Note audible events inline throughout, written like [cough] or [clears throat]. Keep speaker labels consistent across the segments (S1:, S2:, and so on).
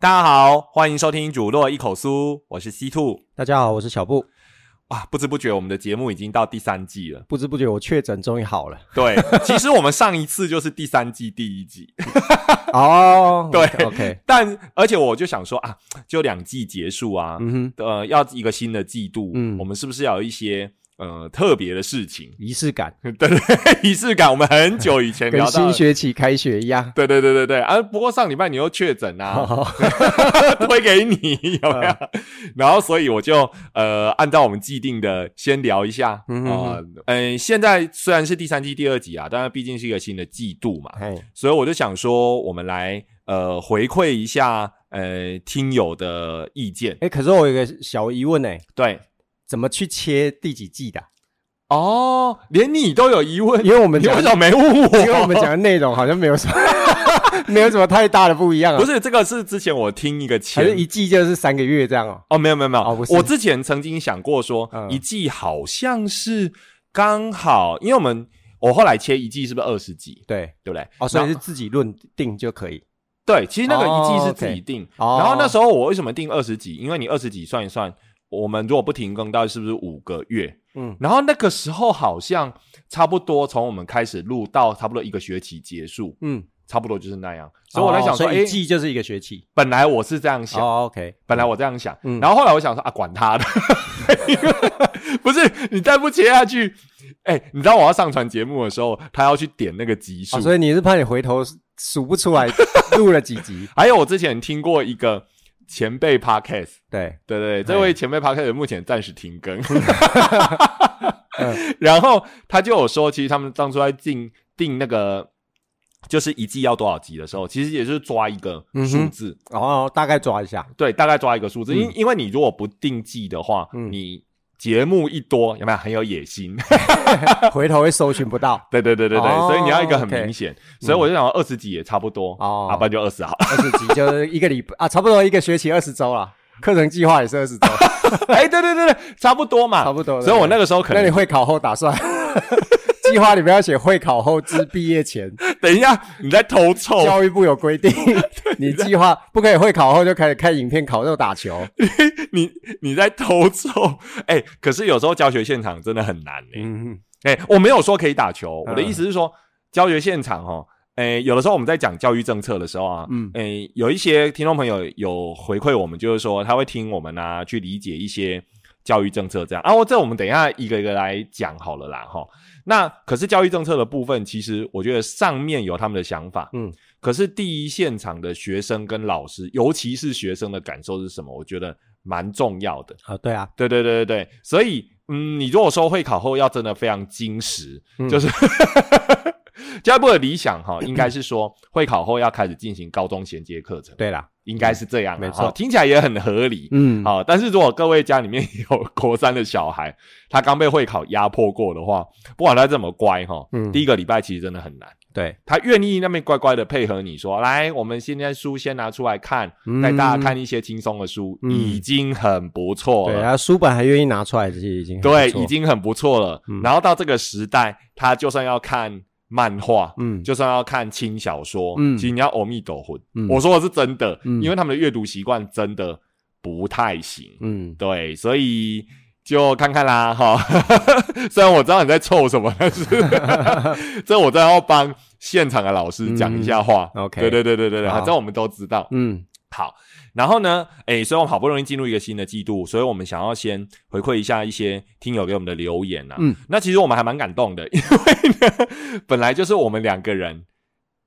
S1: 大家好，欢迎收听《主落一口酥》，我是西兔。
S2: 大家好，我是小布。
S1: 哇，不知不觉我们的节目已经到第三季了。
S2: 不知不觉我确诊终于
S1: [laughs]
S2: 好了。 [laughs]
S1: 对，其实我们上一次就是第三季第一季，
S2: 哦，
S1: 对
S2: OK，
S1: 但而且我就想说啊，就两季结束啊，
S2: 嗯哼，
S1: 呃，要一个新的季度，
S2: 嗯
S1: 我们是不是要有一些呃特别的事情？ [laughs]
S2: 仪式感
S1: 对对对，仪式感，我们很久以前
S2: [laughs] 跟
S1: 聊到
S2: 新
S1: 了。
S2: 学期开学一样。哦
S1: 对对对对对啊！不过上礼拜你又确诊
S2: [laughs]
S1: 啊， [laughs]
S2: 好，
S1: 推给 [laughs] 你有没有？然后所以我就呃按照我们既定的先聊一下啊，
S2: 嗯
S1: 嗯、
S2: 哼
S1: 呃呃现在虽然是第三季第二集啊，但是毕竟是一个新的季度嘛，
S2: 嘿，
S1: 所以我就想说，我们来呃回馈一下呃听友的意见，
S2: 哎，可是我有一个小疑问哎，
S1: 对。
S2: 怎么去切第几季的啊？
S1: 哦，连你都有疑问，
S2: 因为我们
S1: 你
S2: 讲
S1: 为什，么没问我？
S2: 因为我们讲的内容好像没有什么， [laughs] 没有什么太大的不一样
S1: [laughs]
S2: 啊。
S1: 不，是这个是之前我听一个
S2: 还
S1: 前
S2: 是一季就是三个月这样哦。
S1: 哦，没有没有没有，
S2: 哦不是
S1: 我之前曾经想过说，
S2: 嗯
S1: 一季好像是刚好，因为我们我后来切一季是不是二十集，
S2: 对，
S1: 对不对？
S2: 哦，所以
S1: 然
S2: 是
S1: 后
S2: 自己论定就可以。
S1: 对，其实那个一季是
S2: 哦
S1: 自己
S2: ，OK
S1: 定。
S2: 哦
S1: 然后那时候我为什么定二十集？因为你二十集算一算，我们如果不停更，到底是不是五个月？
S2: 嗯，
S1: 然后那个时候好像差不多从我们开始录到差不多一个学期结束，
S2: 嗯，
S1: 差不多就是那样。所以我在想
S2: 哦
S1: 说，
S2: 所以
S1: 哎、
S2: 一季就是一个学期。
S1: 本来我是这样想，
S2: 哦，OK，
S1: 本来我这样想，
S2: 嗯
S1: 然后后来我想说啊，管他的， [laughs] 不是你再不切下去，哎、你知道我要上传节目的时候，他要去点那个集数，
S2: 哦，所以你是怕你回头数不出 [laughs] 来录了几集？
S1: 还有我之前听过一个前辈 podcast，
S2: 对，
S1: 对对，对这位前辈 podcast 目前暂时停更，[laughs]
S2: 嗯
S1: 然后他就有说，其实他们当初在定定那个就是一季要多少集的时候，其实也就是抓一个
S2: 嗯
S1: 数
S2: 哼
S1: 字，
S2: 哦，大概抓一 [laughs] 下。
S1: 对，大概抓一个数字，因、因为你如果不定季的话，
S2: 嗯
S1: 你节目一多，有没有很有野心？，
S2: 回头会搜寻不到
S1: 对对对对对，
S2: 哦
S1: 所以你要一个很
S2: OK
S1: 明显，所以我就想二十几也差不多，
S2: 哦
S1: 啊，不然就二十
S2: [laughs]
S1: 好了。
S2: 二十集就是一个礼拜啊，差不多一个学期二十周啦。课程计划也是二十周，
S1: 哎，对对对对，差不多嘛，
S2: 差不多
S1: 所以我那个时候可
S2: 那你
S1: 能，
S2: 会考后打算？ [laughs] 计划里面要写会考后至毕业前，
S1: 等一下你在偷臭，
S2: 教育部有规 [laughs] 定，你计划不可以会考后就开始看影片烤肉打球。
S1: 你你在偷臭。哎，可是有时候教学现场真的很难哎、
S2: 嗯，
S1: 哎、我没有说可以打球，我的
S2: 嗯
S1: 意思是说，教学现场哦，哎、有的时候我们在讲教育政策的时候啊，嗯
S2: 嗯，
S1: 哎、有一些听众朋友有回馈我们，就是说他会听我们啊，去理解一些教育政策这样啊。我这我们等一下一个一个来讲好了啦，哈。那可是教育政策的部分，其实我觉得上面有他们的想法，嗯
S2: 嗯，
S1: 可是第一现场的学生跟老师，尤其是学生的感受是什么？我觉得蛮重要的。
S2: 啊，对啊，
S1: 对对对对对，所以嗯，你如果说会考后要真的非常精实，
S2: 嗯
S1: 就是 [laughs] 教育部的理想哈，应该是说会考后要开始进行高中衔接课程，
S2: 对啦，
S1: 应该是这样啊，
S2: 没错
S1: 哈听起来也很合理。
S2: 嗯，
S1: 好，但是如果各位家里面有国三的小孩，他刚被会考压迫过的话，不管他怎么乖哈，
S2: 嗯
S1: 第一个礼拜其实真的很难。
S2: 对，
S1: 他愿意那边乖乖的配合你说，来，我们现在书先拿出来看，带大家看一些轻松的书，
S2: 嗯
S1: 已经很不错了。
S2: 对啊，书本还愿意拿出来，这些已经很
S1: 对，
S2: 不错
S1: 已经很不错了。
S2: 嗯
S1: 然后到这个时代，他就算要看漫画，
S2: 嗯
S1: 就算要看轻小说，
S2: 嗯
S1: 其实你要阿弥陀佛，
S2: 嗯
S1: 我说的是真的，
S2: 嗯
S1: 因为他们的阅读习惯真的不太行。
S2: 嗯，
S1: 对，所以就看看啦，哈。 [laughs] 虽然我知道你在凑什么，但
S2: [laughs]
S1: 是这我真的要帮现场的老师讲一下话。
S2: 嗯，OK
S1: 对对对对对对，
S2: 好
S1: 这我们都知道。
S2: 嗯
S1: 好，然后呢，诶，所以我们好不容易进入一个新的季度，所以我们想要先回馈一下一些听友给我们的留言啊。
S2: 嗯，
S1: 那其实我们还蛮感动的，因 [laughs] 为呢，本来就是我们两个人，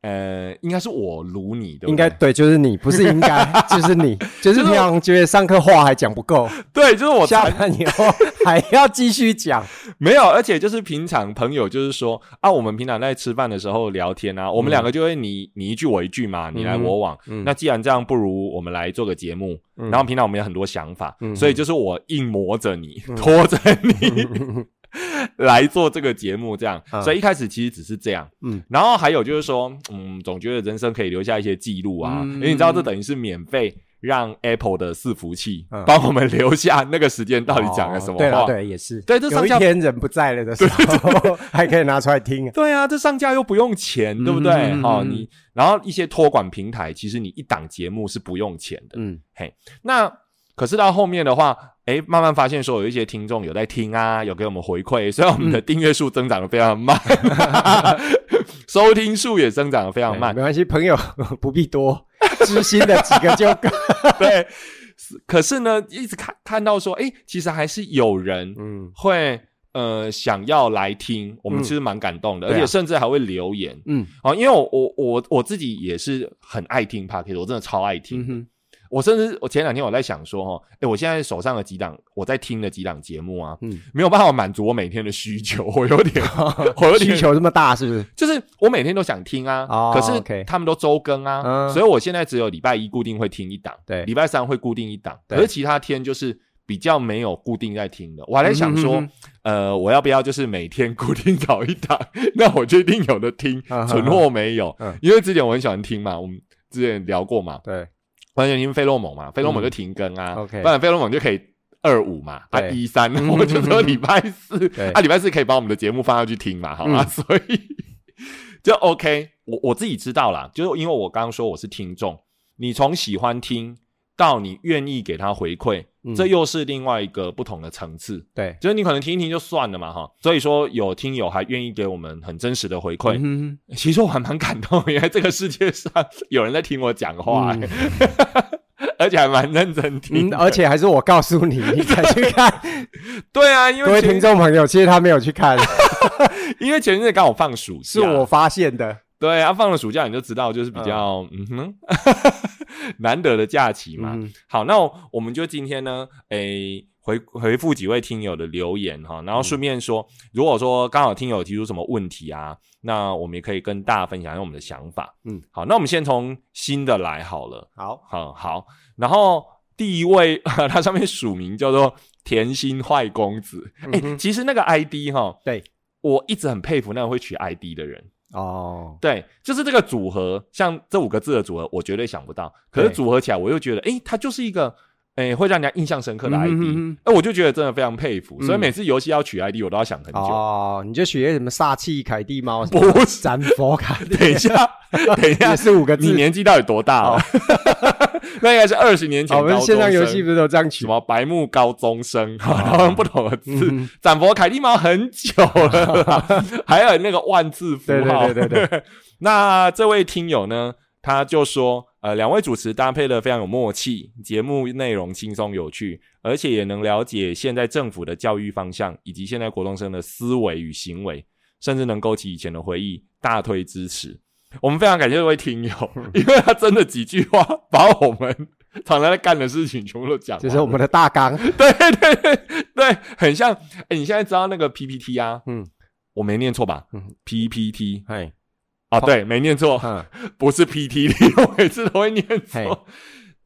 S1: 呃，应该是我撸你，对不对？
S2: 应该对，就是你，不是
S1: [laughs]
S2: 应该，就是你，
S1: 就
S2: 就是
S1: 是
S2: 平常觉得上课话还讲不够，
S1: 对，就是我
S2: 下
S1: 才
S2: 班以后还要继续
S1: [laughs]
S2: 讲。
S1: 没有，而且就是平常朋友就是说啊，我们平常在吃饭的时候聊天啊，我们两个就会你你一句我一句嘛，你来我往。
S2: 嗯
S1: 那既然这样，不如我们来做个节目。
S2: 嗯
S1: 然后平常我们有很多想法，
S2: 嗯
S1: 所以就是我硬磨着你，拖着
S2: [laughs]
S1: 你、来做这个节目，这样。
S2: 嗯
S1: 所以一开始其实只是这样。
S2: 嗯
S1: 然后还有就是说，嗯，总觉得人生可以留下一些记录啊，
S2: 嗯
S1: 因为你知道这等于是免费让 Apple 的伺服器
S2: 嗯
S1: 帮我们留下那个时间到底讲了什么
S2: 哦对
S1: 话。
S2: 啦对，也是。
S1: 对这上
S2: 有一
S1: 下
S2: 天人不在了的时候， [laughs] 还可以拿出来听啊。
S1: 对啊，这上架又不用钱，
S2: 嗯
S1: 对不对？
S2: 嗯嗯
S1: 哦，
S2: 嗯
S1: 你然后一些托管平台，其实你一档节目是不用钱的。
S2: 嗯，
S1: 那可是到后面的话，哎，慢慢发现说有一些听众有在听啊，有给我们回馈，虽然我们
S2: 嗯
S1: 的订阅数增长的非常
S2: [laughs]
S1: 慢，收听数也增长的非常慢
S2: 哎，没关系，朋友 [laughs] 不必多，知心的几个就
S1: [laughs]
S2: 够。
S1: 对。是可是呢，一直看看到说，哎，其实还是有人
S2: 嗯
S1: 会呃想要来听，我们
S2: 嗯
S1: 其实蛮感动的，
S2: 对啊
S1: 而且甚至还会留言。
S2: 嗯
S1: 哦，因为我我我我自己也是很爱听 p o d c a s t 我真的超爱听。
S2: 嗯哼，
S1: 我甚至我前两天我在想说，哦，哎，我现在手上的几档我在听的几档节目啊，
S2: 嗯
S1: 没有办法满足我每天的需求，我有
S2: [laughs]
S1: 点，我有点
S2: 需求这么大是不是？
S1: 就是我每天都想听啊，
S2: 哦
S1: 可
S2: OK
S1: 是他们都周更啊，
S2: 嗯
S1: 所以我现在只有礼拜一固定会听一档，
S2: 对
S1: 礼拜三会固定一档，
S2: 对
S1: 可是其他天就是比较没有固定在听的。我还在想说，
S2: 嗯
S1: 呃，我要不要就是每天固定找一档， [laughs] 那我就一定有的听，
S2: 嗯哼
S1: 存货没有，
S2: 嗯
S1: 因为之前我很喜欢听嘛，我们之前聊过嘛，
S2: 对，
S1: 完全听费洛蒙嘛，费洛蒙就停更啊、
S2: 嗯，OK
S1: 不然费洛蒙就可以。二五嘛，啊
S2: 对
S1: 一
S2: [laughs]
S1: 三，我们就只有礼拜四
S2: 对，
S1: 啊礼拜四可以把我们的节目放上去听嘛，好吗？[laughs]
S2: 嗯
S1: 所以就 OK，我我自己知道啦，就是因为我刚刚说我是听众，你从喜欢听到你愿意给他回馈，
S2: 嗯
S1: 这又是另外一个不同的层次。
S2: 对，
S1: 就是你可能听一听就算了嘛，哈。所以说有听友还愿意给我们很真实的回馈，
S2: 嗯
S1: 其实我还蛮感动，原来这个世界上有人在听我讲话、
S2: 嗯
S1: 欸 [laughs] 而且还蛮认真听
S2: 哼，嗯，
S1: 的。
S2: 而且还是我告诉你，你才去看。
S1: [laughs] 对啊，因
S2: 各
S1: 为
S2: 位
S1: 前
S2: 听众朋友，其实他没有去
S1: [laughs]
S2: 看，
S1: 啊因为前阵子刚好放暑假，
S2: 是我发现的。
S1: 对啊，放了暑假你就知道，就是比较嗯哼 [laughs] 难得的假期嘛。
S2: 嗯
S1: 好，那我们就今天呢，诶、回回复几位听友的留言哈，然后顺便说，如果说刚好听友提出什么问题啊，那我们也可以跟大家分享一下我们的想法。
S2: 嗯，
S1: 好，那我们先从新的来好了。
S2: 好，
S1: 好好，然后第一位， [laughs] 他上面署名叫做甜心坏公子。哎、
S2: 嗯哼
S1: 其实那个 ID 哈，
S2: 对
S1: 我一直很佩服那个会取 ID 的人。
S2: 哦，
S1: 对，就是这个组合，像这五个字的组合，我绝对想不到。可是
S2: 对
S1: 组合起来，我又觉得，哎，它就是一个，哎，会让人家印象深刻的 ID
S2: 嗯哼哼。
S1: 哎、我就觉得真的非常佩服。所以
S2: 嗯
S1: 每次游戏要取 ID，我都要想很久。
S2: 哦，你就学什么煞气凯蒂猫，
S1: 不是，
S2: 斩佛卡蒂，
S1: [laughs] 等一下，等一下
S2: [laughs] 也，是五个字 [laughs]
S1: 你。年纪到底多大了？ [laughs] 那应该是二十年前
S2: 哦
S1: 高
S2: 我
S1: 中生。
S2: 们线上游戏不是都这样取
S1: 什
S2: 吗？
S1: 么白木高中生，然后用不同的字
S2: [laughs] 嗯，
S1: 展博凯蒂猫很久了啦，还有那个万字符号。
S2: 对对对
S1: 对。 [laughs] 那这位听友呢，他就说，呃，两位主持搭配的非常有默契，节目内容轻松有趣，而且也能了解现在政府的教育方向，以及现在国中生的思维与行为，甚至能勾起以前的回忆，大推支持。我们非常感谢这位听
S2: [laughs]
S1: 友，因为他真的几句话把我们 [laughs] 常常在干的事情全部都讲完
S2: 这
S1: 了。
S2: 是我们的大纲。
S1: [laughs] 对对对对，很像。哎，你现在知道那个 PPT 啊？
S2: 嗯
S1: 嗯，我没念错吧？
S2: 嗯
S1: 嗯，PPT
S2: 哎，
S1: 啊，对，没念错，
S2: 嗯，
S1: 不是 [laughs] PTT，我每次都会念
S2: 嘿
S1: 错。 [laughs]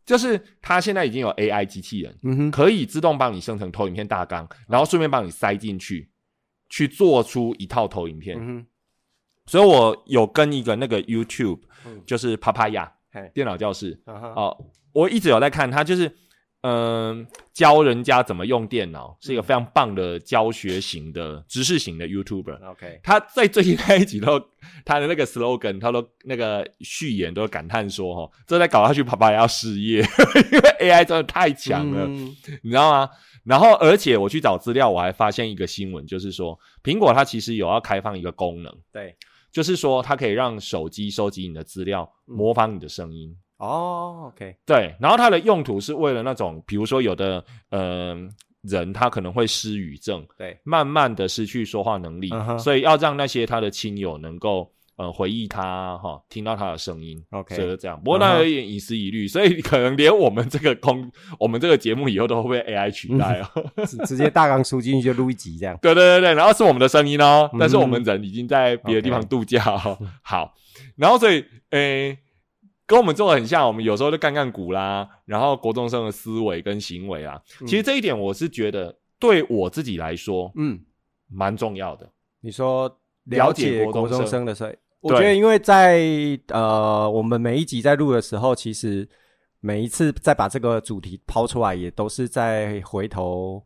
S1: 就是它现在已经有 AI 机器人，
S2: 嗯哼，
S1: 可以自动帮你生成投影片大纲，然后顺便帮你塞进去，去做出一套投影片。
S2: 嗯哼，
S1: 所以我有跟一个那个 YouTube，、
S2: 嗯
S1: 就是 Papaya
S2: 嘿，
S1: 电脑教室，
S2: 啊哈
S1: 哦，我一直有在看他，就是嗯、教人家怎么用电脑，是一个非常棒的教学型的知识型的 YouTuber。
S2: ，OK，
S1: 他在最近那一集都他的那个 slogan，他都那个序言都感叹说：“哦，这在搞下去，爸爸要失业， [laughs] 因为 AI 真的太强了。
S2: 嗯
S1: 你知道吗？然后，而且我去找资料，我还发现一个新闻，就是说苹果它其实有要开放一个功能，
S2: 对，
S1: 就是说它可以让手机收集你的资料，模仿你的声音。
S2: 哦，OK，
S1: 对，然后它的用途是为了那种，比如说有的呃人他可能会失语症，
S2: 对，
S1: 慢慢的失去说话能力
S2: 嗯哼
S1: 所以要让那些他的亲友能够呃回忆他哈，听到他的声音。
S2: OK 嗯
S1: 所以就这样。不过那有点隐私疑虑所以可能连我们这个公，我们这个节目以后都会被 AI 取代
S2: [laughs]
S1: 哦。
S2: [laughs] 直直接大纲输进去就录一集这样。
S1: 对对对对，然后是我们的声音哦，
S2: 嗯
S1: 但是我们人已经在别的地方
S2: OK
S1: 度假 [laughs] 哦。好，然后所以诶，跟我们做的很像，我们有时候就干干股啦，然后国中生的思维跟行为啊，
S2: 嗯
S1: 其实这一点我是觉得对我自己来说
S2: 嗯，
S1: 蛮重要的。
S2: 你说了
S1: 了解
S2: 解
S1: 国
S2: 国
S1: 中
S2: 中
S1: 生
S2: 生的时候，我
S1: 对
S2: 觉得因为在呃我们每一集在录的时候，其实每一次再把这个主题抛出来，也都是再回头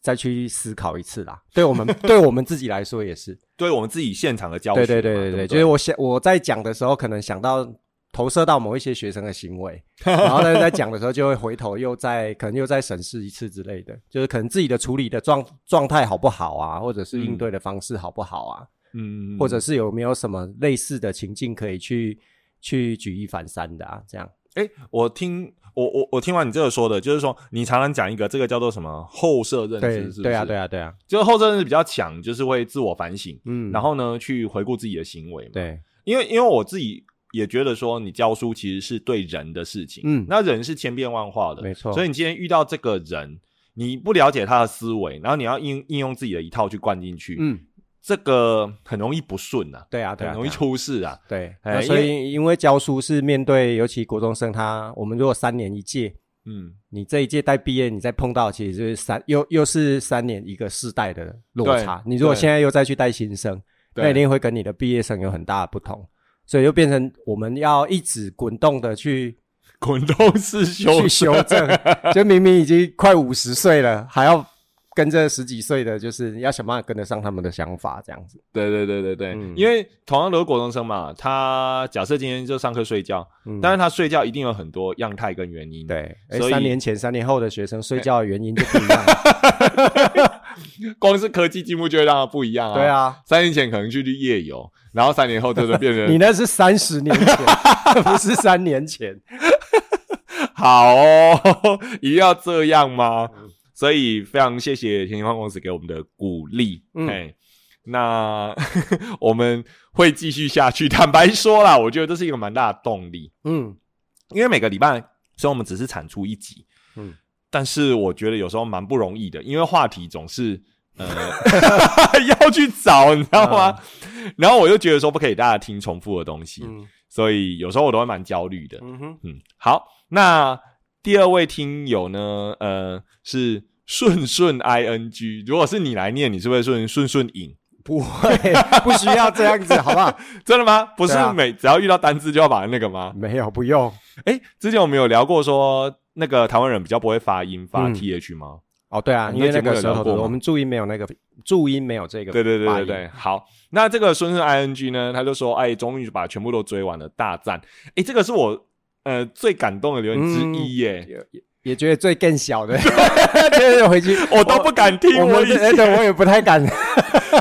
S2: 再去思考一
S1: [laughs]
S2: 次啦。对我们 [laughs] 对我们自己来说也是，
S1: 对我们自己现场的教学
S2: 对
S1: 嘛，
S2: 对对
S1: 对
S2: 对
S1: 不
S2: 对，就是我想我在讲的时候，可能想到投射到某一些学生的行
S1: [laughs]
S2: 为，然后但是在讲的时候就会回头又再可能又再审视一次之类的，就是可能自己的处理的状状态好不好啊，或者是应对的方式好不好啊，
S1: 嗯，
S2: 或者是有没有什么类似的情境可以去去举一反三的啊，这样。
S1: 哎，我听我我我听完你这个说的，就是说你常常讲一个这个叫做什么后设认
S2: 对
S1: 知，是不是？
S2: 对啊，对
S1: 啊，
S2: 啊，对啊，
S1: 就是后设认知比较强，就是会自我反省，
S2: 嗯，
S1: 然后呢去回顾自己的行为嘛。，
S2: 对，
S1: 因为因为我自己也觉得说，你教书其实是对人的事情，
S2: 嗯
S1: 那人是千变万化的，
S2: 没错
S1: 所以你今天遇到这个人，你不了解他的思维，然后你要应应用自己的一套去灌进去，
S2: 嗯，
S1: 这个很容易不顺啊，
S2: 对啊，对
S1: 很
S2: 啊，
S1: 容易
S2: 对啊
S1: 出事啊。
S2: 对，
S1: 哎
S2: 那所以因为教书是面对，尤其国中生他，我们如果三年一届，
S1: 嗯，
S2: 你这一届带毕业，你再碰到其实就是三又又是三年一个世代的落差。
S1: 对
S2: 你如果
S1: 对
S2: 现在又再去带新生，那
S1: 对
S2: 一定会跟你的毕业生有很大的不同，所以就变成我们要一直滚动的去
S1: 滚动式修
S2: 去修正，就明明已经快五十岁了，还要跟这十几岁的，就是要想办法跟得上他们的想法，这样子。
S1: [laughs] 对对对对对，
S2: 嗯
S1: 因为同样都是国中生嘛，他假设今天就上课睡觉，
S2: 嗯
S1: 当然他睡觉一定有很多样态跟原因。，
S2: 对，哎，
S1: 所以
S2: 三年前、三年后的学生睡觉的原因就不一样了。
S1: 光是科技进步就会让他不一样啊。
S2: 对，啊，
S1: 三年前可能去夜游，然后三年后真的变成
S2: 你那是三十年
S1: [laughs]
S2: 前，不是三年前。
S1: 好哦， [laughs] 一定要这样吗？所以非常谢谢天星幻公司给我们的鼓励。
S2: 嗯
S1: 哎，那 [laughs] 我们会继续下去。坦白说啦，我觉得这是一个蛮大的动力。
S2: 嗯，
S1: 因为每个礼拜虽然我们只是产出一集，嗯
S2: 嗯，
S1: 但是我觉得有时候蛮不容易的，因为话题总是
S2: [laughs]
S1: 呃 [laughs] 要去找，你知道吗？然后我就觉得说不可以大家听重复的东西，
S2: 嗯
S1: 所以有时候我都会蛮焦虑的。
S2: 嗯哼，
S1: 嗯，好，那第二位听友呢，呃，是顺顺 i n g，如果是你来念，你是不是顺顺顺影？
S2: 不会，不需要这样子，好不
S1: [laughs]
S2: 好？
S1: 真的吗？不是
S2: 对啊
S1: 每、只要遇到单字就要把它那个吗？
S2: 没有，不用。
S1: 哎，之前我们有聊过说那个台湾人比较不会发音发
S2: 嗯
S1: th 吗？
S2: 哦，对啊，
S1: 你
S2: 因为
S1: 那节目
S2: 那
S1: 有
S2: 个舌
S1: 聊
S2: 头
S1: 过
S2: 的，
S1: 吗
S2: 我们注音没有那个注音没有这个发
S1: 对
S2: 音。
S1: 对对对对，好，那这个孙顺 ing 呢，他就说，哎，终于把全部都追完了，大赞！哎，这个是我呃最感动的留言之一耶，
S2: 也也也觉得最更小
S1: [laughs]
S2: 的，就是回去
S1: 我都不敢听，
S2: 我
S1: 我
S2: 们
S1: 以
S2: 这哎对我也不太敢，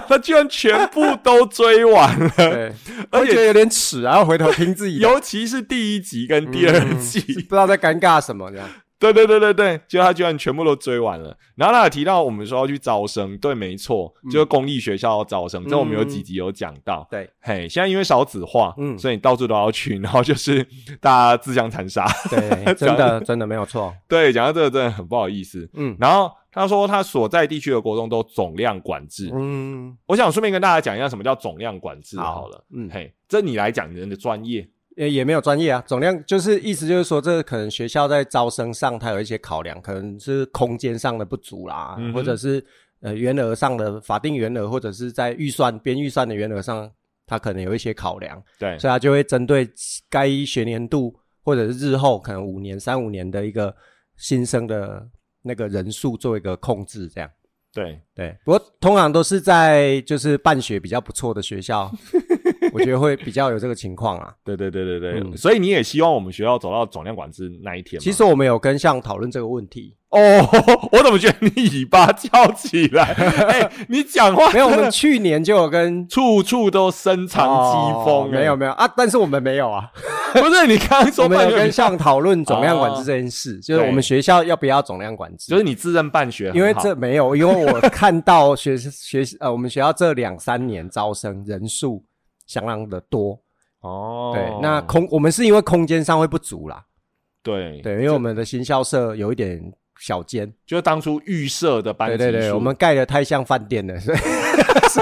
S1: 他居然全部都追完了，
S2: [laughs] 对，
S1: 而
S2: 我
S1: 且
S2: 觉得有点耻，然后回头听自己的，
S1: 尤其是第一集跟第二
S2: 不
S1: 集，
S2: 知道在尴尬什么这样。
S1: 对对对对对，就他居然全部都追完了。然后他有提到我们说要去招生，对，没错，
S2: 嗯
S1: 就是公立学校要招生，这我们有几集有讲到。
S2: 对，
S1: 嘿，现在因为少子化，嗯，
S2: 嗯
S1: 所以你到处都要去，然后就是大家自相残杀。 [laughs]
S2: [laughs] 对，真的真的没有错。
S1: 对，讲到这个真的很不好意思。
S2: 嗯
S1: 然后他说他所在地区的国中都总量管制，
S2: 嗯，
S1: 我想顺便跟大家讲一下什么叫总量管制好了。
S2: 嗯，
S1: 嘿，这你来讲人的专业，
S2: 也也没有专业啊，总量就是意思就是说，这可能学校在招生上它有一些考量，可能是空间上的不足啦，
S1: 嗯哼
S2: 或者是呃员额上的法定员额，或者是在预算编预算的员额上，它可能有一些考量，
S1: 对，
S2: 所以它就会针对该学年度或者是日后可能五年、三五年的一个新生的那个人数做一个控制，这样。
S1: 对，
S2: 对，不过通常都是在就是办学比较不错的学校，我觉得会比较有这个情
S1: [laughs]
S2: 况啊。
S1: 对，对，对，对，对。
S2: 嗯
S1: 所以你也希望我们学校走到总量管制那一天吗？ [laughs]
S2: 其实我们有跟向讨论这个问题， [laughs]
S1: 哦，我怎么觉得你尾巴翘起来？ [laughs] 哎、你讲话
S2: 没有，我
S1: 真的
S2: 们去年就
S1: [laughs]
S2: 有跟
S1: 处处都深藏机锋、
S2: 哦没有
S1: 没
S2: 没有啊，但是我们没有啊，
S1: 有，不是你刚刚
S2: 我
S1: 说
S2: 们
S1: 半
S2: 有跟
S1: 学，
S2: 向讨论总量管制这件事，就是我们学校要不要总量管
S1: 哦
S2: 制，
S1: 就是你自认办学很好，
S2: 因为这没有，因为我看到学 [laughs] 学呃我们学校这两三年招生人数相当的多，
S1: 哦，
S2: 对，那空我们是因为空间上会不足啦，
S1: 对
S2: 对，因为我们的新校舍有一点小间，
S1: 就是当初预设的班级
S2: 对对对，
S1: 数
S2: 我们盖的太像饭店了，所以 [laughs]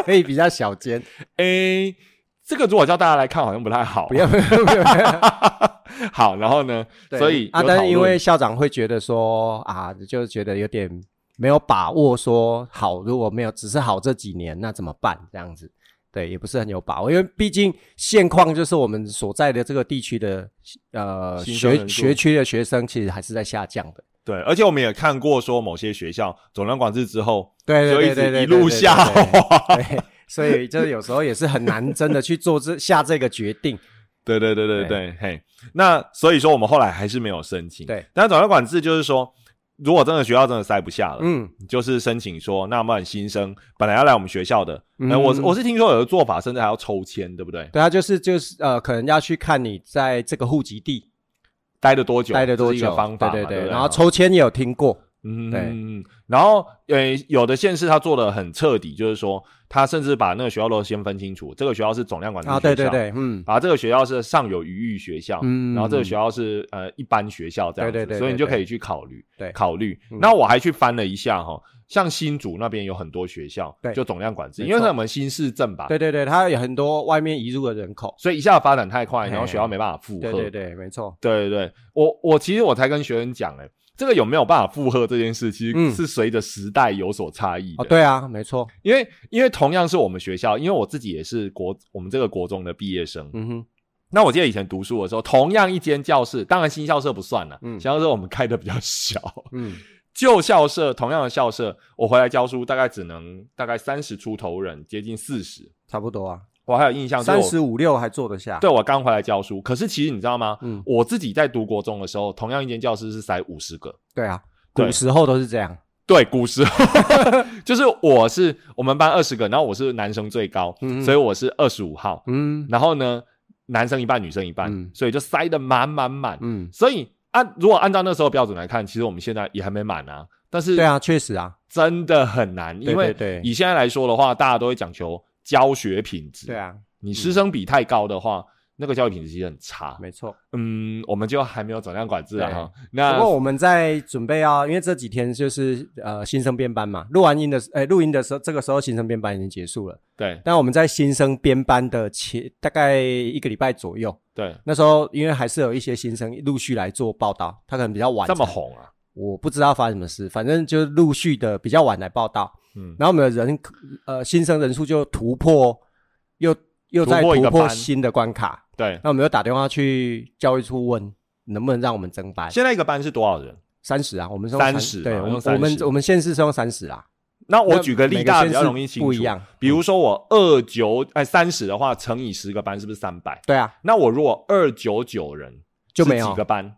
S2: 所以比较小间，
S1: 诶、哎这个如果叫大家来看，好像不太好。
S2: 不要不要不要。不要
S1: [laughs] 好，然后呢？
S2: 对
S1: 所以
S2: 啊，
S1: 有
S2: 但
S1: 讨
S2: 是因
S1: 论
S2: 为校长会觉得说啊，就觉得有点没有把握说好，如果没有只是好这几年，那怎么办？这样子，对，也不是很有把握，因为毕竟现况就是我们所在的这个地区的呃
S1: 新生人
S2: 学
S1: 数
S2: 学区的学生其实还是在下降的。
S1: 对，而且我们也看过说某些学校总量管制之后，
S2: 对
S1: 就一
S2: 对对对
S1: 直
S2: 对，
S1: 一路
S2: 对
S1: 下哦
S2: 对对
S1: 滑。
S2: [laughs] 对，所以就是有时候也是很难真的去做这下这个决定。
S1: 对对对对
S2: 对
S1: 对，嘿，那所以说我们后来还是没有申请。
S2: 对，
S1: 但总量管制就是说，如果真的学校真的塞不下了，
S2: 嗯，
S1: 你就是申请说，那么新生本来要来我们学校的，哎、
S2: 嗯
S1: 我是我是听说有的做法甚至还要抽签，对不对？
S2: 对啊，就是就是呃，可能要去看你在这个户籍地
S1: 待了多久？
S2: 待的多
S1: 这是一
S2: 久，
S1: 个方法嘛，
S2: 对
S1: 对不
S2: 对，然后抽签也有听过，
S1: 嗯，
S2: 对
S1: 然后呃，有的县市他做的很彻底，就是说他甚至把那个学校都先分清楚，这个学校是总量管制学校，
S2: 啊，对对，对，嗯，
S1: 啊，这个学校是上有余裕学校，
S2: 嗯
S1: 然后这个学校是呃一般学校这样子，
S2: 对对对对
S1: 所以你就可以去考虑，
S2: 对
S1: 考虑。
S2: 嗯
S1: 那我还去翻了一下哈、像新竹那边有很多学校，
S2: 对
S1: 就总量管制，
S2: 没
S1: 因为
S2: 错
S1: 是我们新市镇吧，
S2: 对对对，它有很多外面移入的人口，
S1: 所以一下发展太快，
S2: 嘿
S1: 然后学校没办法负荷，
S2: 对对对，没错，
S1: 对对对我我其实我才跟学生讲、欸，这个有没有办法负荷这件事，其实
S2: 嗯
S1: 是随着时代有所差异的。
S2: 哦，对啊，没错，
S1: 因为因为同样是我们学校，因为我自己也是国我们这个国中的毕业生，
S2: 嗯哼，
S1: 那我记得以前读书的时候，同样一间教室，当然新校舍不算了，
S2: 嗯
S1: 新校舍我们开的比较小，
S2: 嗯，
S1: 旧校舍同样的校舍，我回来教书大概只能大概三十出头人，接近四十。
S2: 差不多啊，
S1: 我还有印象，
S2: 三
S1: 就是
S2: 十五六还坐得下，
S1: 我对我刚回来教书，可是其实你知道吗？
S2: 嗯
S1: 我自己在读国中的时候，同样一间教室是塞五十个。
S2: 对啊，
S1: 对
S2: 古时候都是这样，
S1: 对，古时候 [laughs] 就是我是我们班二十个，然后我是男生最高，
S2: 嗯
S1: 所以我是二十五号。
S2: 嗯
S1: 然后呢，男生一半，女生一半，
S2: 嗯
S1: 所以就塞得满满满。
S2: 嗯，
S1: 所以按、如果按照那时候标准来看，其实我们现在也还没满啊，但是
S2: 对啊，确实啊，
S1: 真的很难，
S2: 对
S1: 因为
S2: 对对
S1: 以现在来说的话，大家都会讲求教学品质。
S2: 对，啊，嗯
S1: 你师生比太高的话，那个教育品质其实很差。
S2: 没错。
S1: 嗯，我们就还没有总量管制啊。
S2: 对
S1: 哈
S2: 不
S1: 那
S2: 过我们在准备要，因为这几天就是呃新生编班嘛，录完音的呃录音的时候，这个时候新生编班已经结束了。
S1: 对
S2: 但我们在新生编班的前大概一个礼拜左右，
S1: 对，
S2: 那时候因为还是有一些新生陆续来做报道，他可能比较晚。
S1: 这么，红啊，
S2: 我不知道发生什么事，反正就是陆续的比较晚来报道。
S1: 嗯
S2: 然后我们的人呃新生人数就突破，又又在
S1: 突破一
S2: 突
S1: 个
S2: 破
S1: 班
S2: 新的关卡。
S1: 对。
S2: 那我们又打电话去教育处问能不能让我们增班。
S1: 现在一个班是多少人？
S2: 三十啊，我们是
S1: 30
S2: 对，
S1: 嘛
S2: 我
S1: 用
S2: 们
S1: 30
S2: 我们我们县市是用三十啊。
S1: 那我
S2: 那
S1: 举个例，
S2: 每个
S1: 大家
S2: 县
S1: 比较
S2: 市
S1: 容易清楚。
S2: 不一样，
S1: 比如说我二九哎三十的话，乘以十个班是不是三百？
S2: 对啊，
S1: 那我如果二九九人
S2: 就没有
S1: 是几个班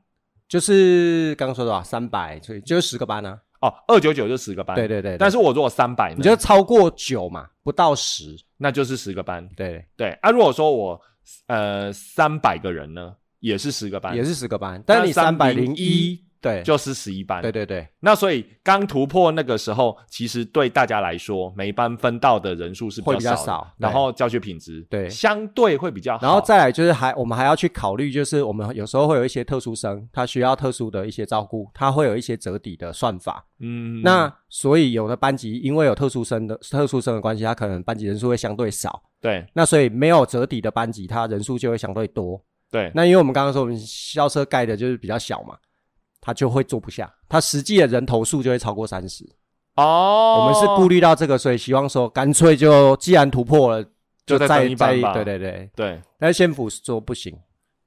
S2: 就是刚刚说的吧，三百，所以就是十个班啊。
S1: 哦，二九九就十个班。
S2: 对对对，
S1: 但
S2: 是
S1: 是我如果三百，
S2: 你就超过九嘛，不到十，
S1: 那就是十个班。
S2: 对，
S1: 对啊，如果说我呃三百个人呢，也是十个班，
S2: 也是十个班，但你三百零一，对，
S1: 就是十一班。
S2: 对对对，
S1: 那所以刚突破那个时候，其实对大家来说，每一班分到的人数是
S2: 会
S1: 比
S2: 比
S1: 较少的，
S2: 较少
S1: 然
S2: 对
S1: 后教学品质
S2: 对
S1: 相对会比较好。
S2: 然后再来就是还我们还要去考虑，就是我们有时候会有一些特殊生，他需要特殊的一些照顾，他会有一些折抵的算法。
S1: 嗯，
S2: 那所以有的班级因为有特殊生的特殊生的关系，他可能班级人数会相对少，
S1: 对
S2: 那所以没有折抵的班级，它人数就会相对多。
S1: 对
S2: 那因为我们刚刚说我们校舍盖的就是比较小嘛，它就会坐不下，它实际的人头数就会超过三十、
S1: 哦，
S2: 我们是顾虑到这个，所以希望说干脆就既然突破了，
S1: 就再
S2: 再
S1: 分一班吧
S2: 对对对。
S1: 对，
S2: 但是县府说不行，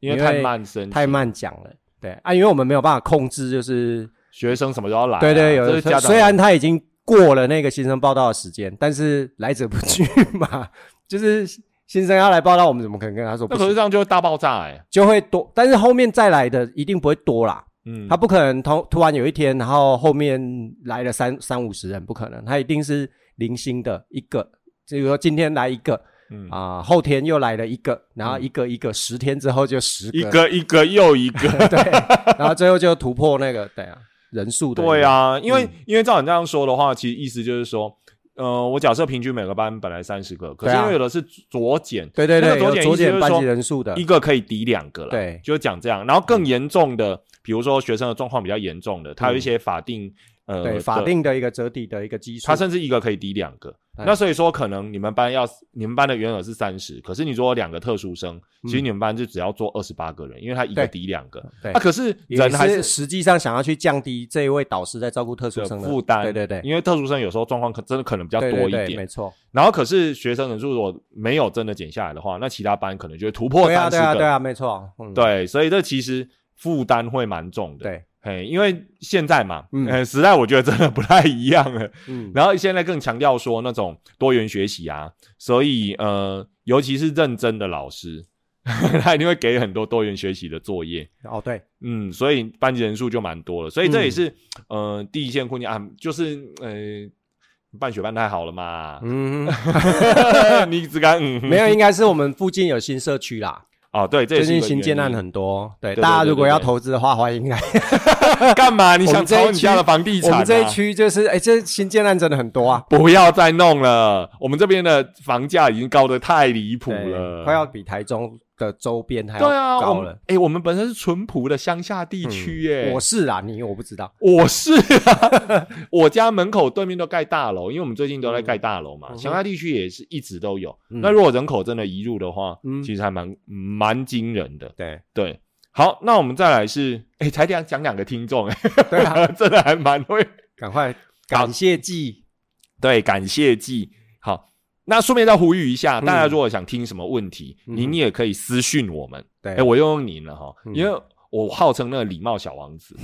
S1: 因为
S2: 因
S1: 太
S2: 为
S1: 慢生，
S2: 太慢讲了。对啊，因为我们没有办法控制，就是、
S1: 学生什么时候来啊、
S2: 对
S1: 这
S2: 对，有
S1: 是家长
S2: 虽然他已经过了那个新生报道的时间，但是来者不拒嘛， [laughs] 就是新生要来报道，我们怎么可能跟他说不
S1: 那
S2: 行
S1: 可是？这样就会大爆炸哎、
S2: 就会多，但是后面再来的一定不会多啦。
S1: 嗯，
S2: 他不可能突突然有一天，然后后面来了三三五十人，不可能。他一定是零星的一个，比如说今天来一个
S1: 嗯
S2: 啊、后天又来了一个，然后一个一个，十天之后就十
S1: 一
S2: 个，
S1: 个一个又一个，
S2: [laughs] 对，然后最后就突破那个对啊人数的嗯
S1: 对，啊，因为、因为照你这样说的话，其实意思就是说，呃，我假设平均每个班本来三十个，可是
S2: 对啊
S1: 因为有的是酌减，
S2: 对对
S1: 那
S2: 对，
S1: 个酌减
S2: 有酌
S1: 意思就是
S2: 减班
S1: 说
S2: 级人数的
S1: 一，个可以抵两个了，，
S2: 对嗯
S1: 就讲这样。然后更严重的，比如说学生的状况比较严重的，他有一些法定呃
S2: 对法
S1: 的
S2: 定的一个折抵的一个基数
S1: 它，甚至一个可以抵两个。
S2: 哎
S1: 那所以说，可能你们班要你们班的原额是三十，可是你如果有两个特殊生，其实你们班就只要做二十八个人，因为他一个
S2: 嗯对
S1: 抵两个。
S2: 对
S1: 啊，，可是人还
S2: 也
S1: 是
S2: 是实际上想要去降低这一位导师在照顾特殊
S1: 有
S2: 生的
S1: 负担，
S2: 对对对，
S1: 因为特殊生有时候状况可真的可能比较
S2: 对
S1: 多
S2: 对
S1: 一
S2: 对
S1: 点
S2: 没。错，
S1: 然后可是学生人数如果没有真的减下来的话，那其他班可能就会突破
S2: 对啊
S1: 三十
S2: 对啊
S1: 个。
S2: 对啊，没错，嗯，
S1: 对所以这其实负担会蛮重的。，
S2: 对，
S1: 嘿，因为现在嘛，
S2: 嗯
S1: 呃，时代我觉得真的不太一样了。 [laughs]
S2: 嗯，
S1: 然后现在更强调说那种多元学习啊，所以呃，尤其是认真的老师， [laughs] 他一定会给很多多元学习的作业。
S2: 哦对，
S1: 嗯，所以班级人数就蛮多了，所以这也
S2: 嗯
S1: 是、呃第一线困境啊，就是呃办学办太好了嘛，
S2: 嗯，
S1: [laughs] 你只敢嗯哼
S2: [laughs] 没有，应该是我们附近有新社区啦，
S1: 哦， [laughs] 对，这也是
S2: 最
S1: 一
S2: 近
S1: 个
S2: 新建
S1: 原
S2: 案
S1: 因
S2: 很多，对，
S1: 对对
S2: 大家如果
S1: 对对
S2: 要
S1: 对
S2: 投资的话，欢迎来。
S1: [laughs] 干嘛？你
S2: 我
S1: 想
S2: 们这一
S1: 炒你家
S2: 区
S1: 的房地
S2: 我
S1: 产、啊？
S2: 们这一区就是，哎，这新建案真的很多啊，
S1: 不要再弄了，我们这边的房价已经高的太离谱
S2: 对
S1: 了，
S2: 快要比台中的周边还要
S1: 对啊，
S2: 高
S1: 我们
S2: 了。
S1: 哎、我们本身是淳朴的乡下地区耶、
S2: 我是啊，你我不知道，
S1: 我是啊，我家门口对面都盖大楼，因为我们最近都在盖大楼嘛，
S2: 嗯
S1: 乡、下地区也是一直都有。
S2: 嗯
S1: 那如果人口真的移入的话，
S2: 嗯
S1: 其实还蛮蛮惊人的。
S2: 对
S1: 对，好，那我们再来是，哎、才两讲两个听众、哎，
S2: 对 [laughs] 啊，
S1: 真的还蛮会。
S2: 赶快感谢季，
S1: 对，感谢季。好，那顺便再呼吁一下，
S2: 嗯
S1: 大家如果想听什么问题，
S2: 嗯
S1: 您也可以私讯我们。
S2: 对 [laughs]
S1: 哎，，我又用您了哈，
S2: 嗯
S1: 因为我号称那个礼貌小王子，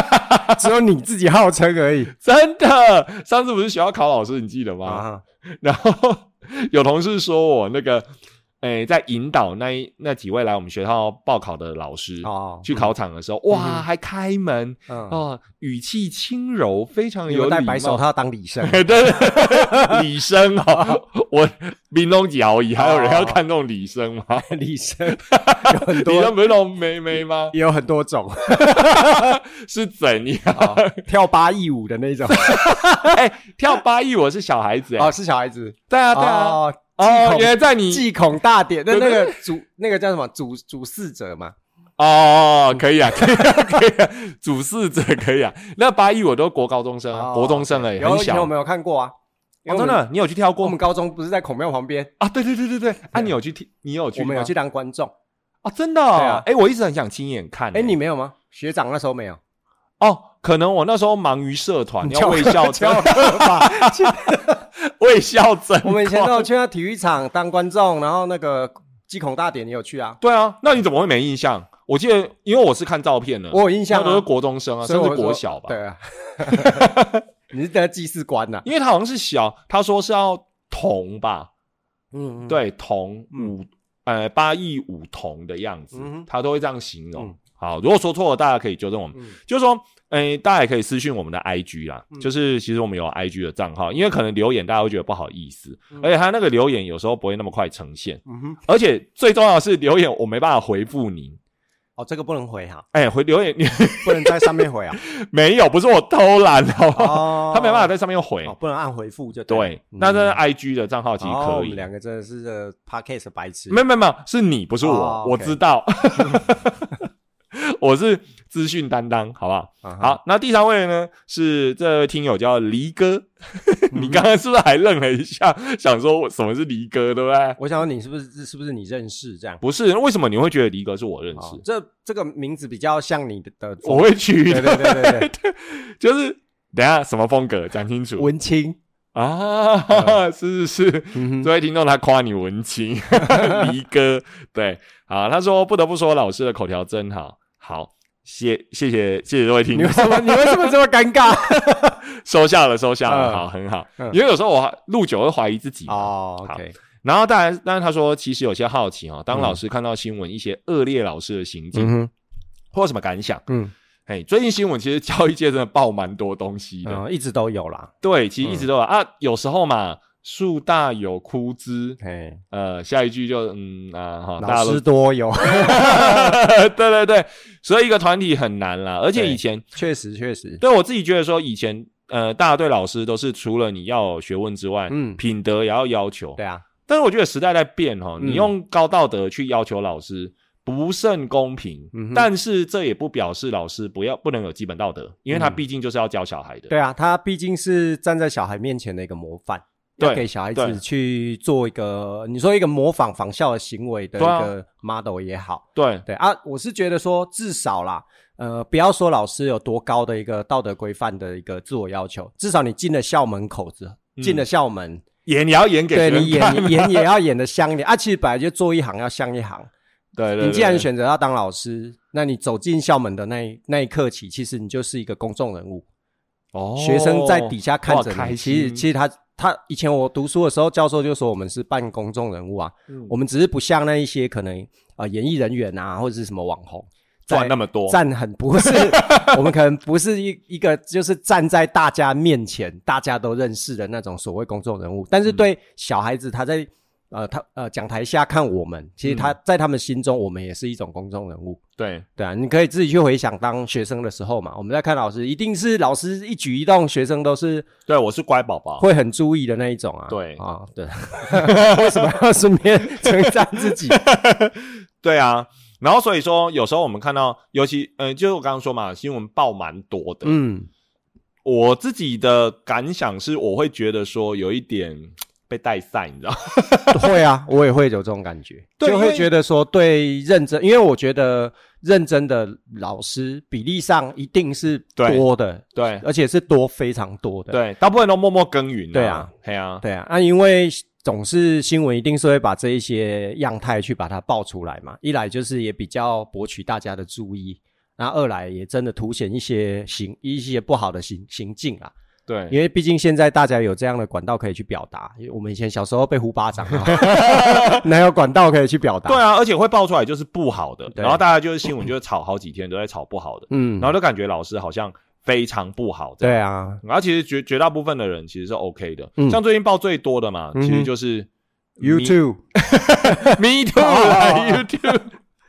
S1: [laughs]
S2: 只有你自己号称而已
S1: 真的。上次不是学校考老师，你记得吗？
S2: 啊，
S1: 然后 [laughs] 有同事说我那个，哎，在引导那一那几位来我们学校报考的老师。
S2: 哦，
S1: 去考场的时候，哇，还开门
S2: 嗯，
S1: 哦，语气轻柔，非常
S2: 你
S1: 有
S2: 有戴
S1: 礼
S2: 白手
S1: 貌，
S2: 套当礼生
S1: [laughs] 对，李生哦，我冰冻脚椅，还有人
S2: 哦
S1: 要看那种李生吗？ [laughs]
S2: 礼生 [laughs] 有很
S1: 李
S2: 多，
S1: 生不是那种妹妹吗？
S2: 也有很多种， [laughs]
S1: 是怎样？ [laughs]
S2: 啊跳八一舞的那种，
S1: 哎，跳八亿我是小孩子哎
S2: 哦，，是小孩子，
S1: [laughs] 对啊对啊，
S2: 哦，
S1: 哦，
S2: 孔
S1: 原来在你
S2: 祭孔大典，那
S1: 对
S2: 那
S1: 对
S2: 个主那个叫什么主主事者嘛，嗯
S1: 哦，可以啊， [laughs] 可以啊，可以啊，主事者可以啊。那八亿我都国高中生啊，
S2: 哦
S1: 国中生哎，
S2: 有
S1: 很
S2: 你有
S1: 小。
S2: 没有看过啊？因
S1: 哦，
S2: 为我
S1: 真
S2: 们
S1: 的，你有去跳
S2: 我
S1: 过
S2: 们高中不是在孔庙旁边，
S1: 啊？对对对对对，啊，你有去听？你有去吗？
S2: 我们有去当观众。
S1: 啊？真的
S2: 对
S1: 哦
S2: 啊，
S1: 哎，我一直很想亲眼看欸。
S2: 哎，你没有吗？学长那时候没有，
S1: 哦，可能我那时候忙于社团，啊要
S2: 翘
S1: 为
S2: 课 [laughs]
S1: 校
S2: 翘
S1: 争， [laughs] 为校争。
S2: 我们以前都有去到体育场当观众，然后那个祭孔大典也有去啊，
S1: 对啊，那你怎么会没印象？我记得，因为我是看照片的，
S2: 我有印象啊
S1: 那都是国中生啊，
S2: 所以
S1: 甚
S2: 我
S1: 至
S2: 说
S1: 国小吧。 [laughs]
S2: 对啊，你是得祭祀官啊呐？
S1: 因为他好像是小，他说是要铜吧，
S2: 嗯，嗯，
S1: 对，铜
S2: 嗯
S1: 五呃八亿五铜的样子
S2: 嗯，哼
S1: 他都会这样形容
S2: 嗯。
S1: 好，如果说错了，大家可以纠正我们。
S2: 嗯
S1: 就是说，诶、大家也可以私讯我们的 IG 啦，
S2: 嗯
S1: 就是其实我们有 IG 的账号，因为可能留言大家会觉得不好意思，
S2: 嗯
S1: 而且他那个留言有时候不会那么快呈现，
S2: 嗯哼，
S1: 而且最重要的是留言我没办法回复您，
S2: 哦，这个不能回哈，
S1: 哎、回留言你 [laughs]
S2: 不能在上面回啊，
S1: 没有，不是我偷懒，好不好？
S2: 哦
S1: 他没办法在上面回，
S2: 哦，不能按回复就
S1: 对，
S2: 嗯
S1: 那这 IG 的账号其实
S2: 哦我
S1: 可
S2: 们
S1: 以。
S2: 两个真的是呃 podcast 白痴，
S1: 没有没有没有，是你不是我，
S2: 哦
S1: 我
S2: OK
S1: 知道， [laughs] 我是资讯担当，好不好？
S2: 啊哈，
S1: 好，那第三位呢是这位听友叫黎哥，[laughs]
S2: 嗯
S1: 你刚刚是不是还愣了一下，想说我什么是黎哥，对不对？
S2: 我想问你是不是是不是你认识这样？
S1: 不是，为什么你会觉得黎哥是我认识
S2: 哦？这这个名字比较像你的的风
S1: 我会取
S2: 对对
S1: 的，
S2: 对对对，
S1: [laughs] 就是等一下什么风格讲清楚
S2: 文
S1: [laughs]
S2: 青，
S1: 啊？ [laughs] 是是是，
S2: 嗯哼，
S1: [laughs] 这位听众他夸你文青， [laughs] 黎哥，对，好，他说不得不说老师的口条真好，好，谢谢谢谢谢这位听
S2: 你
S1: 众
S2: 为，什么你为什么这么
S1: [laughs]
S2: 尴尬？
S1: 收下了收下了，
S2: 嗯
S1: 好，很好，
S2: 嗯
S1: 因为有时候我录久会怀疑自己嘛
S2: 哦
S1: 好
S2: ，OK，
S1: 然后当然，当然他说，其实有些好奇哦，当
S2: 嗯
S1: 老师看到新闻一些恶劣老师的行径，
S2: 哼，
S1: 或有什么感想？
S2: 嗯，
S1: 哎，最近新闻其实教育界真的爆蛮多东西的，
S2: 嗯，一直都有啦，
S1: 对，其实一直都有、啊。有时候嘛，树大有枯枝，
S2: 嘿，
S1: 呃，下一句就嗯啊哈，大家
S2: 老
S1: 都
S2: 师多有， [laughs]
S1: [laughs] 对对对，所以一个团体很难啦。而且
S2: 对
S1: 以前
S2: 确实确实，
S1: 对我自己觉得说，以前呃，大家对老师都是除了你要有学问之外，
S2: 嗯
S1: 品德也要要求，
S2: 对啊，
S1: 但是我觉得时代在变哈、哦，
S2: 嗯
S1: 你用高道德去要求老师，不甚公平，
S2: 嗯哼
S1: 但是这也不表示老师不要不能有基本道德，因为他
S2: 嗯
S1: 毕竟就是要教小孩的。
S2: 对啊，他毕竟是站在小孩面前的一个模范，
S1: 对
S2: 要给小孩
S1: 对
S2: 子去做一个你说一个模仿仿效的行为的一
S1: 对啊
S2: 个 model 也好，
S1: 对
S2: 对啊，我是觉得说至少啦，呃，不要说老师有多高的一个道德规范的一个自我要求，至少你进了校门口之后，进了校门，
S1: 演也要演嗯给
S2: 对
S1: 学生
S2: 你演
S1: 看 [laughs]
S2: 你演也要演的像一点啊。其实本来就做一行要像一行，
S1: 对对对，
S2: 你既然
S1: 对
S2: 选择要当老师，那你走进校门的那一那一刻起，其实你就是一个公众人物。
S1: 哦，
S2: 学生在底下看
S1: 哇
S2: 着
S1: 开
S2: 你，其实
S1: 心
S2: 其实他他以前我读书的时候，教授就说我们是半公众人物啊，
S1: 嗯
S2: 我们只是不像那一些可能呃演艺人员啊或者是什么网红
S1: 赚那
S2: 么。
S1: 么多，
S2: 站很不是， [laughs] 我们可能不是一一个就是站在大家面前，大家都认识的那种所谓公众人物。但是对小孩子，他在呃他呃讲台下看我们，其实他在他们心中，我们也是一种公众人物。
S1: 对
S2: 对啊，你可以自己去回想当学生的时候嘛。我们在看老师，一定是老师一举一动，学生都是
S1: 对，我是乖宝宝，
S2: 会很注意的那一种啊。
S1: 哦对
S2: 啊，对， [laughs] 为什么要顺便称赞自己？
S1: 对啊，然后所以说，有时候我们看到，尤其呃，就是我刚刚说嘛，新闻报蛮多的。
S2: 嗯，
S1: 我自己的感想是，我会觉得说有一点嘖被带赛，你知道？
S2: [laughs] 会啊，我也会有这种感觉，
S1: 对
S2: 就
S1: 因
S2: 会
S1: 为
S2: 觉得说对认真，因为我觉得认真的老师比例上一定是
S1: 对
S2: 多的，
S1: [laughs] 对
S2: 而且是多非常多的。
S1: 对，大部分都默默耕耘、
S2: 对啊，
S1: 对啊，
S2: 对啊，那、因为总是新闻一定是会把这一些样态去把它爆出来嘛，一来就是也比较博取大家的注意。那二来也真的凸显一些行一些不好的行行径啊，
S1: 对，
S2: 因为毕竟现在大家有这样的管道可以去
S1: [laughs]
S2: 表达，因为我们以前小时候被呼巴掌啊， [laughs] 哪有管道可以去表
S1: [laughs]
S2: 达？[laughs]
S1: 对啊，而且会爆出来就是不好的，
S2: 对
S1: 然后大家就是新闻就是吵好几天都在吵不好的，
S2: 嗯，
S1: 然后就感觉老师好像非常不好这样。
S2: 对啊，
S1: 然后其实绝绝大部分的人其实是 OK 的，
S2: 嗯
S1: 像最近爆最多的嘛，
S2: 嗯哼
S1: 其实就是 Me- [laughs]
S2: YouTube 哦
S1: Me Too 啦，YouTube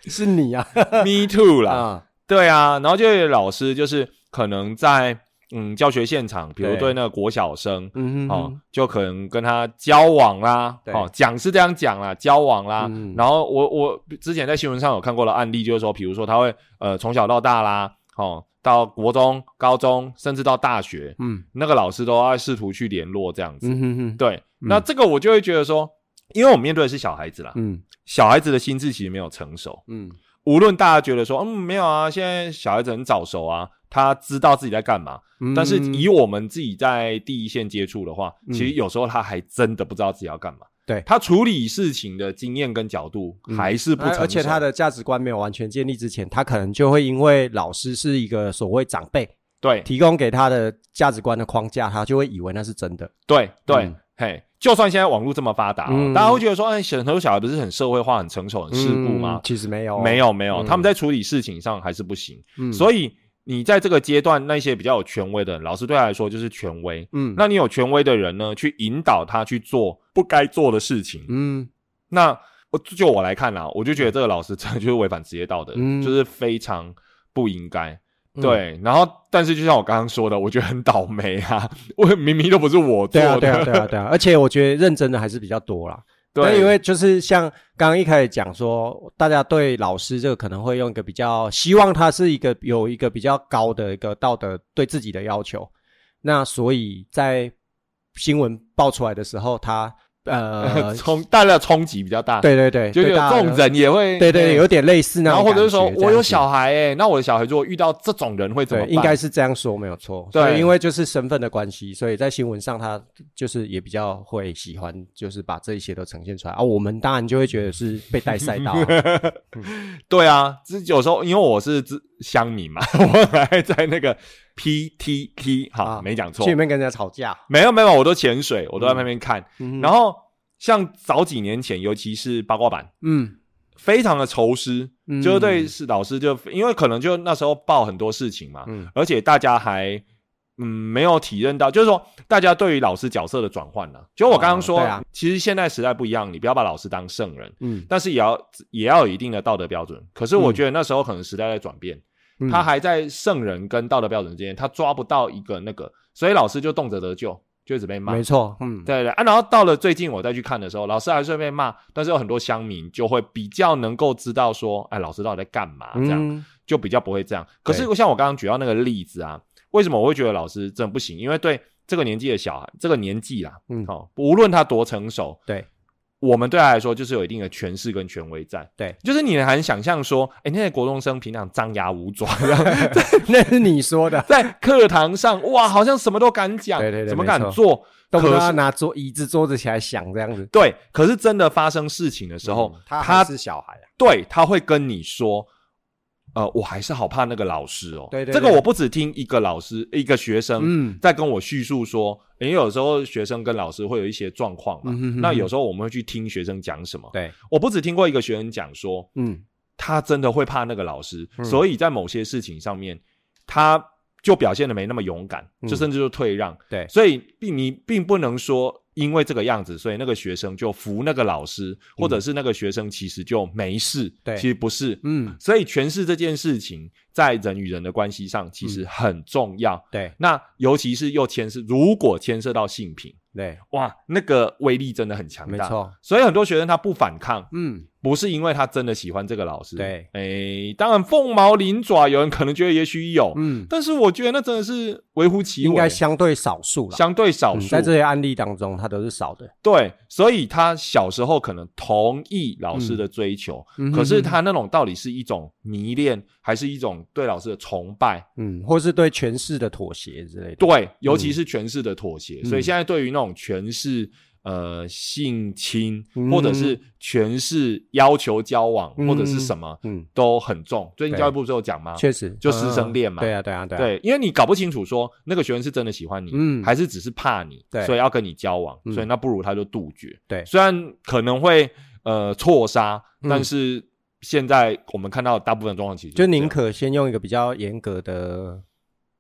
S2: 是你啊
S1: Me Too
S2: [laughs]
S1: 啦，
S2: 啊，
S1: 对啊，然后就有老师就是可能在嗯教学现场，比如
S2: 对
S1: 对那个国小生
S2: 嗯
S1: 哦
S2: 哼，，
S1: 就可能跟他交往啦，
S2: 对
S1: 哦讲是这样讲啦，交往啦。
S2: 嗯
S1: 然后我我之前在新闻上有看过的案例，就是说，比如说他会呃从小到大啦，哦到国中、高中，甚至到大学，
S2: 嗯
S1: 那个老师都要试图去联络这样子。
S2: 嗯哼哼，
S1: 对，那这个我就会觉得说，因为我们面对的是小孩子啦，
S2: 嗯
S1: 小孩子的心智其实没有成熟，
S2: 嗯
S1: 无论大家觉得说，嗯，没有啊，现在小孩子很早熟啊，他知道自己在干嘛。
S2: 嗯，
S1: 但是以我们自己在第一线接触的话，
S2: 嗯
S1: 其实有时候他还真的不知道自己要干嘛。
S2: 对
S1: 他处理事情的经验跟角度
S2: 嗯
S1: 还是不成熟，
S2: 而且他的价值观没有完全建立之前，他可能就会因为老师是一个所谓长辈
S1: 对
S2: 提供给他的价值观的框架，他就会以为那是真的。
S1: 对对
S2: 嗯，
S1: 嘿，就算现在网络这么发达哦，
S2: 嗯
S1: 大家会觉得说，哎，很多小孩不是很社会化、很成熟、很世故吗
S2: 嗯？其实没有，
S1: 没，有没有，
S2: 嗯
S1: 他们在处理事情上还是不行。
S2: 嗯
S1: 所以你在这个阶段，那些比较有权威的人，老师对他来说就是权威。
S2: 嗯
S1: 那你有权威的人呢，去引导他去做不该做的事情。
S2: 嗯
S1: 那我就我来看啦，我就觉得这个老师真的就是违反职业道德，
S2: 嗯
S1: 就是非常不应该。
S2: 嗯
S1: 对，然后但是就像我刚刚说的，我觉得很倒霉啊！我明明都不是我做
S2: 对
S1: 的，
S2: 啊对啊对啊对啊，而且我觉得认真的还是比较多啦。
S1: 对
S2: 但因为就是像刚刚一开始讲说，大家对老师这个可能会用一个比较，希望他是一个有一个比较高的一个道德对自己的要求。那所以在新闻爆出来的时候，他
S1: [laughs]
S2: 呃，
S1: 冲带来的冲击比较大，，
S2: 对对对，
S1: 就有
S2: 对大
S1: 这
S2: 家
S1: 种，人也会，嗯
S2: 对对，有点类似那
S1: 然后或
S2: 种感觉。
S1: 者是说我
S2: 这
S1: 有
S2: 样子
S1: 小孩哎、那我的小孩如果遇到这种人会怎么
S2: 对，
S1: 办？
S2: 应该是这样说没有错。
S1: 对
S2: 所以因为就是身份的关系，所以在新闻上他就是也比较会喜欢，就是把这一些都呈现出来啊。我们当然就会觉得是被带赛道啊、
S1: 对啊，这有时候因为我是自乡民嘛， [laughs] 我还在那个 PTT 好、
S2: 啊
S1: 没讲错
S2: 去，里面跟人家吵架。
S1: 没有没有，我都潜水，我都在那边看。
S2: 嗯
S1: 然后像早几年前，尤其是八卦版，
S2: 嗯
S1: 非常的仇视，
S2: 嗯
S1: 就是对是老师就因为可能就那时候报很多事情嘛，
S2: 嗯
S1: 而且大家还嗯没有体认到，就是说大家对于老师角色的转换呢、就我刚刚说，
S2: 哦对啊
S1: 其实现在时代不一样，你不要把老师当圣人，
S2: 嗯，
S1: 但是也要也要有一定的道德标准。可是我觉得那时候可能时代在转变，
S2: 嗯
S1: 他还在圣人跟道德标准之间，他抓不到一个那个，所以老师就动辄得咎。就一直被骂。
S2: 没错，嗯，
S1: 对对对啊，然后到了最近我再去看的时候，老师还是会被骂，但是有很多乡民就会比较能够知道说，哎，老师到底在干嘛？这样、
S2: 嗯，
S1: 就比较不会这样。可是
S2: 对
S1: 像我刚刚举到那个例子啊，为什么我会觉得老师真的不行？因为对这个年纪的小孩，这个年纪啦，
S2: 嗯
S1: 哦，无论他多成熟，
S2: 对 [laughs]
S1: 我们对他来说就是有一定的权势跟权威在。
S2: 对，
S1: 就是你很难想象说，哎，那些国中生平常张牙舞爪，
S2: 那是你
S1: [laughs]
S2: 说的，
S1: 在课堂上哇，好像什么都敢讲，
S2: 对对对
S1: 怎么
S2: 没
S1: 敢
S2: 错
S1: 做？
S2: 动不动
S1: 可
S2: 要
S1: 是
S2: 拿桌椅子桌子起来想这样子。
S1: 对，可是真的发生事情的时候，
S2: 嗯
S1: 他
S2: 还是小孩啊，
S1: 对他会跟你说，呃，我还是好怕那个老师哦。
S2: 对对
S1: 这个
S2: 对
S1: 我不只听一个老师一个学生
S2: 嗯，
S1: 在跟我叙述说，因为有时候学生跟老师会有一些状况嘛，
S2: 嗯哼哼哼
S1: 那有时候我们会去听学生讲什么。
S2: 对，
S1: 我不只听过一个学生讲说，
S2: 嗯，
S1: 他真的会怕那个老师，
S2: 嗯
S1: 所以在某些事情上面，他就表现的没那么勇敢，
S2: 嗯
S1: 就甚至就退让。
S2: 对
S1: 所以并你并不能说因为这个样子，所以那个学生就服那个老师，或者是那个学生其实就没事，
S2: 嗯对
S1: 其实不是。
S2: 嗯，
S1: 所以诠释这件事情在人与人的关系上其实很重要。
S2: 对
S1: 那尤其是又牵涉，如果牵涉到性平，
S2: 对，
S1: 哇，那个威力真的很强
S2: 没
S1: 大。
S2: 错，
S1: 所以很多学生他不反抗，
S2: 嗯，
S1: 不是因为他真的喜欢这个老师，
S2: 对
S1: 诶，当然凤毛麟爪，有人可能觉得也许有，
S2: 嗯，
S1: 但是我觉得那真的是微乎其微，
S2: 应该相对少数啦。
S1: 相对少
S2: 嗯
S1: 数。
S2: 在这些案例当中，它都是少的。
S1: 对，所以他小时候可能同意老师的追求，
S2: 嗯
S1: 可是，他那种到底是一种迷恋，还是一种对老师的崇拜？
S2: 嗯，或是对权势的妥协之类的。
S1: 对，尤其是权势的妥协。
S2: 嗯
S1: 所以现在对于那种权势。呃，性侵
S2: 嗯
S1: 或者是权势要求交往、
S2: 嗯
S1: 或者是什么
S2: 嗯，
S1: 都很重。最近
S2: 对
S1: 教育部不是有讲吗？
S2: 确实，
S1: 啊就师生恋嘛
S2: 嗯对啊，对啊，对啊。
S1: 对，因为你搞不清楚说那个学生是真的喜欢你，
S2: 嗯
S1: 还是只是怕你，
S2: 对
S1: 所以要跟你交往，
S2: 嗯
S1: 所以那不如他就杜绝。
S2: 对
S1: 虽然可能会呃错杀，
S2: 嗯
S1: 但是现在我们看到大部分状况其实
S2: 就是
S1: 这
S2: 宁
S1: 样
S2: 可先用一个比较严格的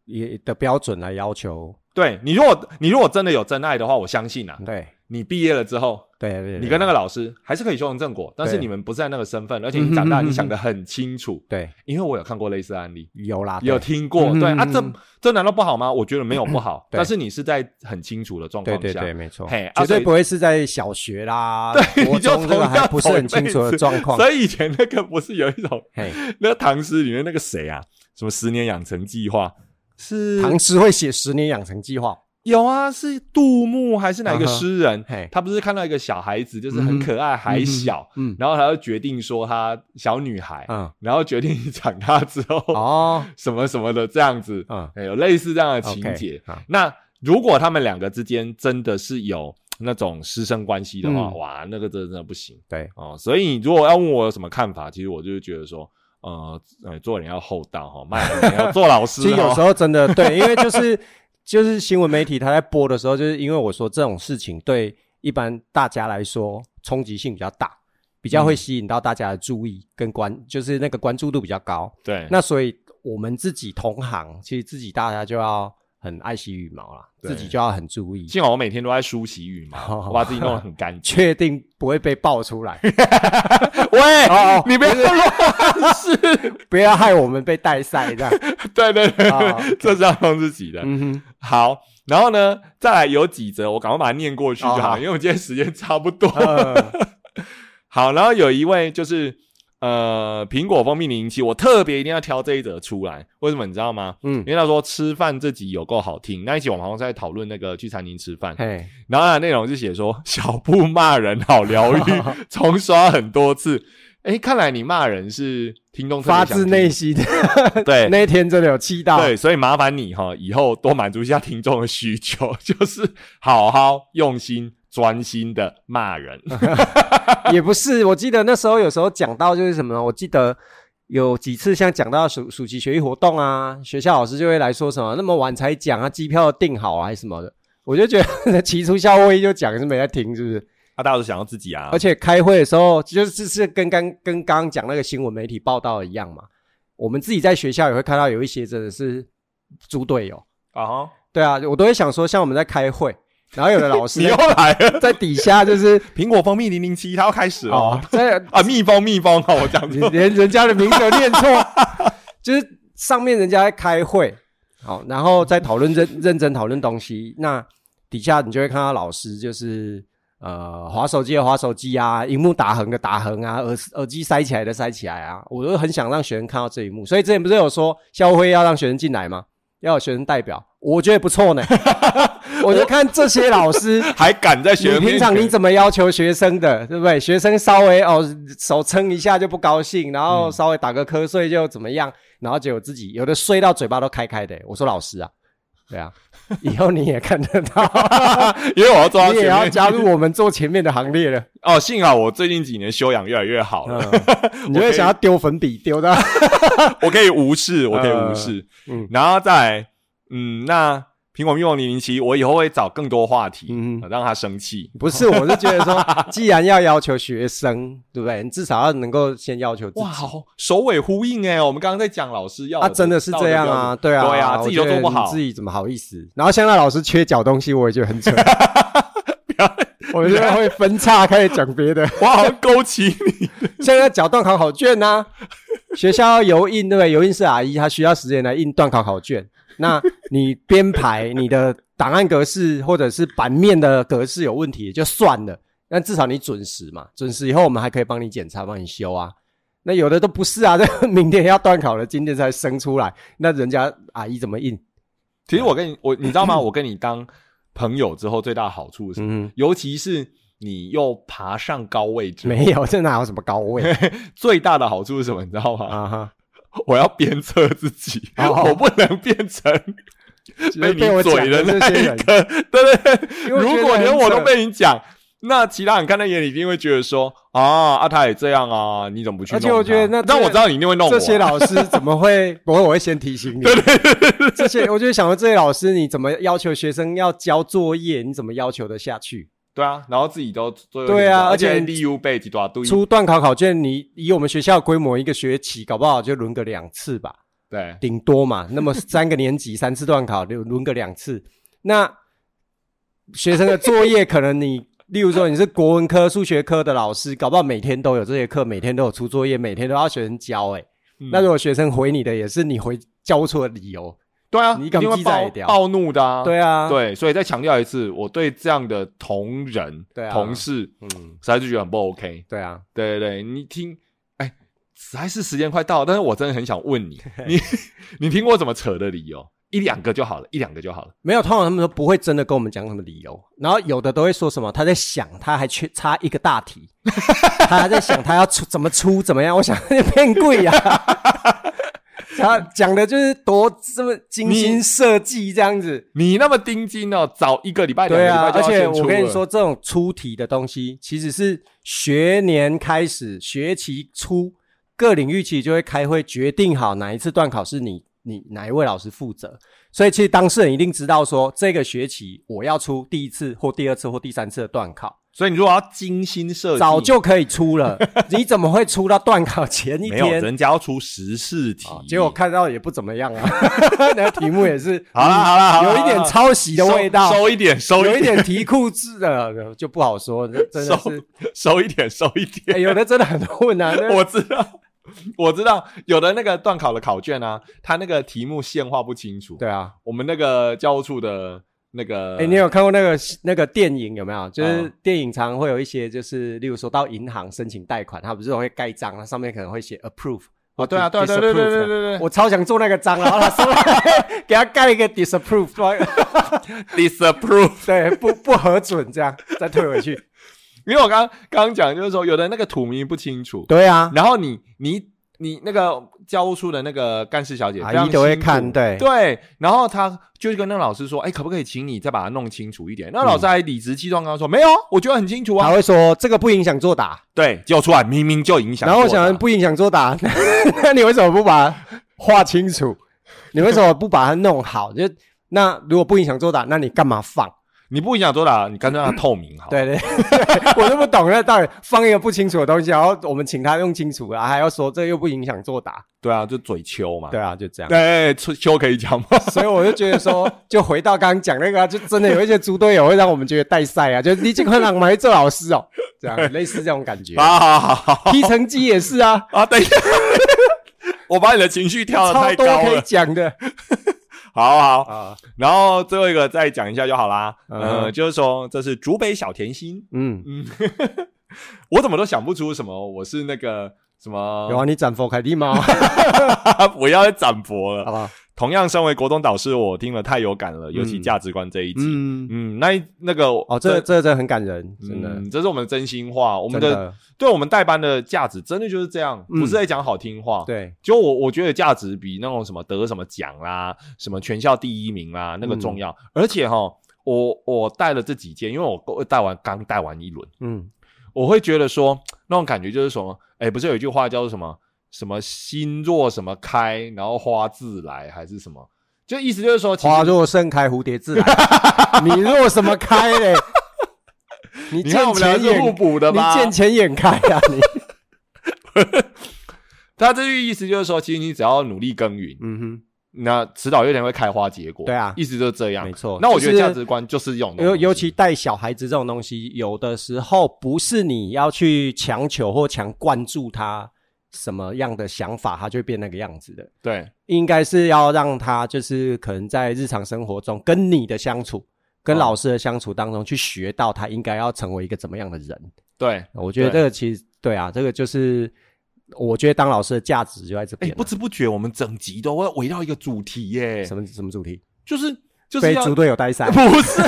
S2: 也的标准来要求。
S1: 对你，如果你如果真的有真爱的话，我相信啊，
S2: 对，
S1: 你毕业了之后。
S2: 对，对对。
S1: 你跟那
S2: 个
S1: 个老师还是可以修成正果，但是
S2: 对
S1: 你们不在那个身份，而且你长大
S2: 嗯哼
S1: 你想得很清楚，
S2: 对
S1: 因为我有看过类似案例，
S2: 有啦，
S1: 有
S2: 对
S1: 听过，
S2: 嗯
S1: 对
S2: 嗯
S1: 啊，这
S2: 嗯
S1: 这难道不好吗？我觉得没有不好，
S2: 对
S1: 但是你是在很清楚的状况
S2: 对
S1: 下，
S2: 对对，没错，
S1: 嘿啊
S2: 绝
S1: 所
S2: 对
S1: 以
S2: 不会是在小学啦，
S1: [laughs] 对 [laughs]
S2: 国
S1: 你就
S2: 中这个
S1: 从
S2: 还
S1: 要
S2: 不是很清楚的状况。
S1: 所以以前那个不是有一种
S2: 嘿，
S1: 那个唐诗里面那个谁啊，什么十年养成计划是
S2: 唐诗会写十年养成计划，
S1: 有啊，是杜牧还是哪一个诗人？
S2: 啊嘿，
S1: 他不是看到一个小孩子，就是很可爱，还小，
S2: 嗯
S1: 然后他就决定说他小女孩，
S2: 嗯，
S1: 然后决定 [laughs] 长大之后、
S2: 哦，
S1: 什么什么的这样子，
S2: 嗯，
S1: 哎有类似这样的情
S2: OK，
S1: 节。
S2: 啊，
S1: 那如果他们两个之间真的是有那种师生关系的话，
S2: 嗯
S1: 哇，那个真的真的不行。
S2: 对，
S1: 哦，所以你如果要问我有什么看法，其实我就是觉得说，呃，呃做人要厚道哈，卖人要做老师
S2: [laughs] 其实有时
S1: 候
S2: 候真的对，因为就是就是新闻媒体他在播的时候，就是因为我说这种事情对一般大家来说冲击性比较大，比较
S1: 嗯
S2: 会吸引到大家的注意跟关，就是那个关注度比较高。
S1: 对，
S2: 那所以我们自己同行，其实自己大家就要很爱惜羽毛啦，
S1: 对
S2: 自己就要很注意，
S1: 幸好我每天都在梳洗羽毛，
S2: 哦
S1: 我把自己弄得很干净。
S2: [laughs] 确定不会被爆出来，
S1: 喂，
S2: 哦哦
S1: 你不要乱试，
S2: 不要害我们被带赛这样。
S1: 对对对，
S2: 哦
S1: 这是要弄自己的。
S2: 嗯哼，
S1: 好，然后呢，再来有几则，我赶快把它念过去就
S2: 哦
S1: 好，
S2: 好
S1: 因为我今天时间差不
S2: [laughs]
S1: 多。
S2: 呃，
S1: 好，然后有一位就是呃，苹果蜂蜜零零七，我特别一定要挑这一则出来，为什么你知道吗？
S2: 嗯
S1: [laughs] 因，为他说吃饭这集有够好听，那一集我们好像在讨论那个去餐厅吃饭，
S2: 嘿，
S1: 然后他的内容就写说小布骂人好
S2: [laughs]
S1: 疗愈，重刷很多次。哎，看来你骂人是听众特别
S2: 发
S1: 想
S2: 自
S1: 听
S2: 内心，啊
S1: 对
S2: [laughs] 那一天真的有气到。
S1: 对，所以麻烦你哈，以后多满足一下听众的需求，就是好好用心、专心的骂人。
S2: 嗯 [laughs] 也不是，我记得那时候有时候讲到就是什么呢，我记得有几次像讲到暑暑期学艺活动啊，学校老师就会来说什么那么晚才讲啊，机票订好啊还是什么的。我就觉得提出夏威夷就讲是没在听，是不是？
S1: 啊，大家都想要自己啊，
S2: 而且开会的时候，就是是跟刚跟刚刚讲那个新闻媒体报道的一样嘛。我们自己在学校也会看到有一些真的是猪队友，
S1: 啊哈，
S2: 对啊，我都会想说，像我们在开会，然后有的老师
S1: [laughs] 你又来了，
S2: 在底
S1: [laughs]
S2: 下就是
S1: 苹果蜂蜜零零七，它要开始了、
S2: 哦， [laughs] 在
S1: 啊，蜜蜂蜜蜂哦，我讲
S2: 你
S1: 错，
S2: 连人家的名字都念错， [laughs] 就是上面人家在开会，好，然后再讨论认认真讨论东西。那底下你就会看到老师就是呃，划手机的划手机啊，荧幕打横的打横啊，耳耳机塞起来的塞起来啊，我就很想让学生看到这一幕。所以之前不是有说校会要让学生进来吗？要有学生代表，我觉得不错呢。我就看这些老师，
S1: 还敢在学
S2: 你
S1: 生
S2: 平
S1: 面
S2: 常你
S1: 前
S2: 怎么要求学生的，对不对？学生稍微哦手撑一下就不高兴，然
S1: 嗯
S2: 后稍微打个瞌睡就怎么样，然后结果自己有的睡到嘴巴都开开的。我说老师啊，对
S1: [laughs]
S2: 啊，以后你也看得到，
S1: [laughs] 因为我要坐到
S2: [laughs] 你
S1: 前
S2: 也要
S1: 面
S2: 加入我们做前面的行列了。
S1: 哦。幸好我最近几年修养越来越好了，
S2: 嗯，你会想要丢粉笔
S1: [laughs]
S2: 丢到
S1: 我可以无视，我可以无视。
S2: 嗯
S1: 然后再来嗯，那苹果蜜梦零零七，我以后会找更多话题，
S2: 嗯
S1: 呃让他生气。
S2: 不是？我是觉得说，既然要要求学生，对不对？你至少要能够先要求自己
S1: 哇，。好首尾呼应哎！我们刚刚在讲老师要
S2: 啊，真的是这样啊，对啊，
S1: 对啊，
S2: 我
S1: 自己都
S2: 觉得
S1: 做不
S2: 你
S1: 好
S2: 自，己怎么好意思？然后香奈老师缺脚东西，我也觉
S1: [laughs]
S2: 得很蠢。我觉得会分叉开始讲别的，
S1: 我好像勾起你。
S2: 现在缴段考考卷呐、学校要油印对不对？油印是阿姨，她需要时间来印段考考卷。那你编排你的档案格式或者是版面的格式有问题也就算了，但至少你准时嘛，准时以后我们还可以帮你检查、帮你修啊。那有的都不是啊， [laughs] 这明天要段考了，今天才生出来，那人家阿姨怎么印？
S1: 其实我跟你，我你知道吗？我跟你当朋友之后，最大的好处是什么，
S2: 嗯，
S1: 尤其是你又爬上高位置，
S2: 没有，这哪有什么高位
S1: 最大的好处是什么？你知道吗？
S2: 啊哈？
S1: 我要鞭策自己，
S2: 哦
S1: 我不能变成
S2: 被
S1: 你
S2: 我讲
S1: 嘴的
S2: 这
S1: 那
S2: 些
S1: 一
S2: 人
S1: 个。对对对，
S2: 因为我觉得
S1: 如果连
S2: 很
S1: 我都
S2: 扯
S1: 被你讲，那其他人看在眼里一定会觉得说啊啊，他也这样啊，你怎么不去
S2: 而
S1: 弄他？
S2: 且我觉得那
S1: 但我知道你一定会弄我
S2: 这
S1: 啊。
S2: 些老师怎
S1: [laughs]
S2: 么会？不会，我会先提醒你。这些我就想说，这些老师你怎么要求学生要交作业？你怎么要求得下去？
S1: 对啊，然后自己都都有
S2: 对啊
S1: 点
S2: 而且
S1: 而且 DU 被几多堆
S2: 出段考考卷，你以我们学校的规模，一个学期搞不好就轮个两次吧，
S1: 对
S2: 顶
S1: [laughs]
S2: 多嘛。那么三个年级三次段考，就轮个两次。那学生的作业，可能你例如说你是国文科、数学科的老师，搞不好每天都有这些课，每天都有出作业，每天都要学生交、欸。
S1: 嗯
S2: 那如果学生回你的也是你回交不出的理哦由，
S1: 对啊，
S2: 你
S1: 一
S2: 敢
S1: 定会
S2: 记载
S1: 暴
S2: 也屌
S1: 暴怒的啊。
S2: 对啊，，
S1: 对，所以再强调一次，我对这样的同仁、
S2: 对啊
S1: 同事，
S2: 嗯，
S1: 实在是觉得很不 OK。
S2: 对啊，
S1: 对对对，你听，哎，还是时间快到了，但是我真的很想问你，你 [laughs] 你听过怎么扯的理由？一两个就好了，一两个就好了。
S2: 没有，通常他们都不会真的跟我们讲什么理由，然后有的都会说什么他在想，他还缺差一个大题，他还在想他要出怎么出怎么样，我想骗贵呀、他讲的就是多这么精心设计这样子，
S1: 你那么盯紧哦，早一个礼拜、两个
S2: 对
S1: 礼拜，
S2: 啊
S1: 就
S2: 而
S1: 要
S2: 且
S1: 先出
S2: 我跟你
S1: 了
S2: 说，，这种出题的东西其实是学年开始，学期初各领域其实就会开会决定好哪一次段考是你你哪一位老师负责，所以其实当事人一定知道说这个学期我要出第一次或第二次或第三次的段考，
S1: 所以你如果要精心设计，
S2: 早就可以
S1: [laughs]
S2: 出了，你怎么会出到段考前一
S1: 没有
S2: 天？
S1: 人家要出十四题、
S2: 啊结果看到也不怎么样啊， [laughs] 那题目也是嗯
S1: 好啦好啦好啦
S2: 有一点
S1: 好啦
S2: 抄袭的
S1: 收
S2: 味道，
S1: 收一点，收
S2: 有
S1: 一
S2: 一，点题库制的就不好说，这真的是、
S1: 收一点，收一点。
S2: 哎有的真的很混啊。那
S1: 我知道，我知道，有的那个段考的考卷啊，它那个题目线画不清楚。
S2: 对啊，
S1: 我们那个教务处的那个，
S2: 哎、你有看过那个那个电影有没有？就是
S1: 呃嗯
S2: 电影常会有一些，就是例如说到银行申请贷款，它不是会盖章，它上面可能会写 approve。
S1: 哦，对啊，对啊，对对对对对对
S2: 我超想做那个章，然后他说给他盖一个 disapprove，说
S1: ，disapprove。
S2: 对不不核准这样，再退
S1: [laughs]
S2: 回去。
S1: 因为我刚刚刚讲就是说，有的那个土名不清楚，
S2: 对啊，
S1: 然后你你你那个教务处的那个干事小姐
S2: 阿
S1: 非常
S2: 姨都会
S1: 辛苦
S2: 看对
S1: 对，然后她就跟那个老师说，哎，可不可以请你再把它弄清楚一点？那老师还理直气壮跟他说，没有，我觉得很清楚
S2: 他
S1: 啊。
S2: 会说这个不影响作答，
S1: 对，结果出来明明就影响
S2: 然
S1: 作答。
S2: 后我想不影响作答， [laughs] 那你为什么不把它画清楚？你为什么不把它弄好？就那如果不影响作答，那你干嘛放？哦
S1: 你不影响作答，你干脆让它透明好。，
S2: 对对对， [laughs] 我都不懂那到底放一个不清楚的东西，然后我们请他用清楚啊，还要说这又不影响作答。
S1: 对啊，就嘴秋嘛。
S2: 对啊，就这样。
S1: 对，秋秋可以讲吗？
S2: 所以我就觉得说， [laughs] 就回到刚刚讲那个、啊，就真的有一些猪队友会 [laughs] 让我们觉得带赛啊，就是你这个人买做老师哦，这 [laughs] 样类似这种感觉。
S1: 好好好好好
S2: 批成绩也是啊，
S1: 啊，等一下，我把你的情绪跳的
S2: 超
S1: 太
S2: 多
S1: 高
S2: 可以
S1: 了。
S2: 讲的。
S1: 好好，
S2: 啊，
S1: 然后最后一个再讲一下就好啦。
S2: 嗯
S1: 呃，就是说这是竹北小甜心，
S2: 嗯，
S1: 嗯，我怎么都想不出什么，我是那个什么，
S2: 有啊，你斩佛凯蒂 [laughs] 吗？
S1: [laughs] 不要再展博了
S2: 好。吧，
S1: 同样，身为国中导师，我听了太有感了，尤其价值观这一集。嗯
S2: 嗯，
S1: 那一那个
S2: 哦，这这这很感人，真的，
S1: 嗯，这是我们的真心话，我
S2: 我
S1: 们的对我们代班的价值真的就是这样，
S2: 嗯
S1: 不是在讲好听话。，
S2: 对，
S1: 就我我觉得价值比那种什么得什么奖啦、什么全校第一名啦那个
S2: 嗯
S1: 重要。而且哈，我我带了这几件，因为我我带完刚带完一轮，
S2: 嗯，
S1: 我会觉得说那种感觉就是什么，哎，不是有一句话叫做什么什么心若什么开，然后花自来还是什么？就意思就是说，其实
S2: 花若盛开，蝴蝶自来。 [laughs] 你若什么开嘞？你
S1: 你看我
S2: 见
S1: 们俩
S2: 钱
S1: 是
S2: 眼，
S1: 互补的
S2: 你
S1: 吧？
S2: 见钱眼开啊！
S1: [laughs]
S2: 你，
S1: 他这句意思就是说，其实你只要努力耕耘，
S2: 嗯
S1: 那迟早有一天会开花结果。
S2: 对啊
S1: 意思就是这
S2: 哼，
S1: 样
S2: 没。错。
S1: 那我觉得
S2: 就是
S1: 价值观就是用的
S2: 尤
S1: 东西，
S2: 尤其带小孩子这种东西，有的时候不是你要去强求或强灌注他什么样的想法，他就会变那个样子的。
S1: 对
S2: 应该是要让他就是可能在日常生活中跟你的相处、跟
S1: 哦
S2: 老师的相处当中，去学到他应该要成为一个怎么样的人。
S1: 对。
S2: 我觉得
S1: 对
S2: 这个其实对啊，这个就是我觉得当老师的价值就在这
S1: 哎、
S2: 边了。
S1: 不知不觉我们整集都会围绕一个主题耶，
S2: 啊什么什么主题？
S1: 就是就是
S2: 被
S1: 要
S2: 组队友带
S1: [laughs]
S2: 赛？
S1: 不是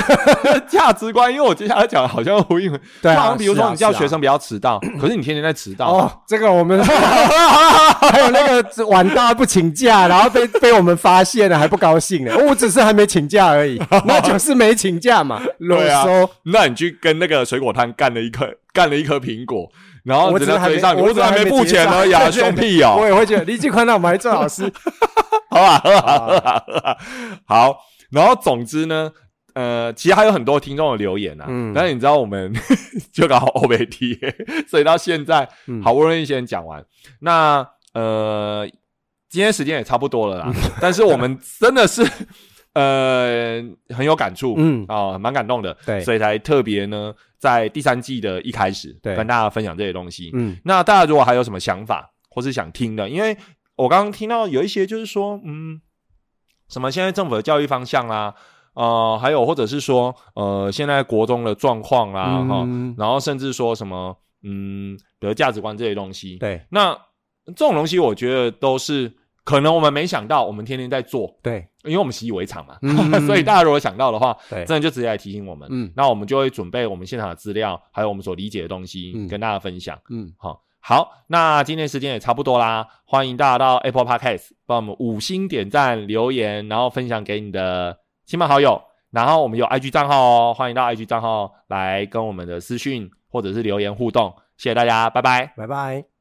S1: 价值观，因为我接下来讲好像呼应，
S2: [laughs] 对
S1: 就好
S2: 啊，
S1: 像比如
S2: 是啊
S1: 说你叫
S2: 是啊
S1: 学生不要迟
S2: [clears throat]
S1: 到，可是你天天在迟到，
S2: 哦，这个我 [laughs] 们还有那 [laughs] 个晚到不请假，然后被被我们发现了还不高兴呢。我只是还没请假而已，那就是没请假 [laughs] 嘛，啰
S1: 对啊
S2: 嗦。
S1: 那你去跟那个水果摊干了一颗干了一颗苹果，然后
S2: 我
S1: 人
S2: 只是
S1: 家
S2: 还没
S1: 追上你，
S2: 我
S1: 我
S2: 只
S1: 只
S2: 是
S1: 还
S2: 还没
S1: 付
S2: 结
S1: 钱
S2: 账
S1: 而已啊，
S2: 对对
S1: 兄
S2: 对
S1: 弟哦，
S2: 我也会觉得离奇宽到我们还做老师，
S1: 好吧，好吧，好吧，好吧好。然后总之呢，呃，其实还有很多听众的留言啊，
S2: 嗯
S1: 但是你知道我们 [laughs] 就搞 O B T，所以到现在
S2: 嗯
S1: 好不容易先讲完。那呃，今天时间也差不多了
S2: 嗯
S1: 啦， [laughs] 但是我们真的是呃很有感触，
S2: [laughs] 嗯
S1: 啊，蛮、感动的，
S2: 对
S1: 所以才特别呢，在第三季的一开始，
S2: 对
S1: 跟大家分享这些东西，
S2: 嗯，
S1: 那大家如果还有什么想法或是想听的，因为我刚刚听到有一些就是说，嗯，什么现在政府的教育方向啦、呃，还有或者是说，呃，现在国中的状况啦、啊，哈、
S2: 嗯
S1: 然后甚至说什么，嗯，比如价值观这些东西，
S2: 对
S1: 那这种东西我觉得都是可能我们没想到，我们天天在做，
S2: 对
S1: 因为我们习以为常嘛，
S2: 嗯
S1: [laughs] 所以大家如果想到的话，
S2: 对
S1: 真的就直接来提醒我们，
S2: 嗯
S1: 那我们就会准备我们现场的资料，还有我们所理解的东西、
S2: 嗯
S1: 跟大家分享。
S2: 嗯，
S1: 好、好，那今天时间也差不多啦，欢迎大家到 Apple Podcast 帮我们五星点赞、留言，然后分享给你的亲朋好友。然后我们有 IG 账号哦，欢迎到 IG 账号来跟我们的私讯或者是留言互动，谢谢大家，拜拜。
S2: 拜拜。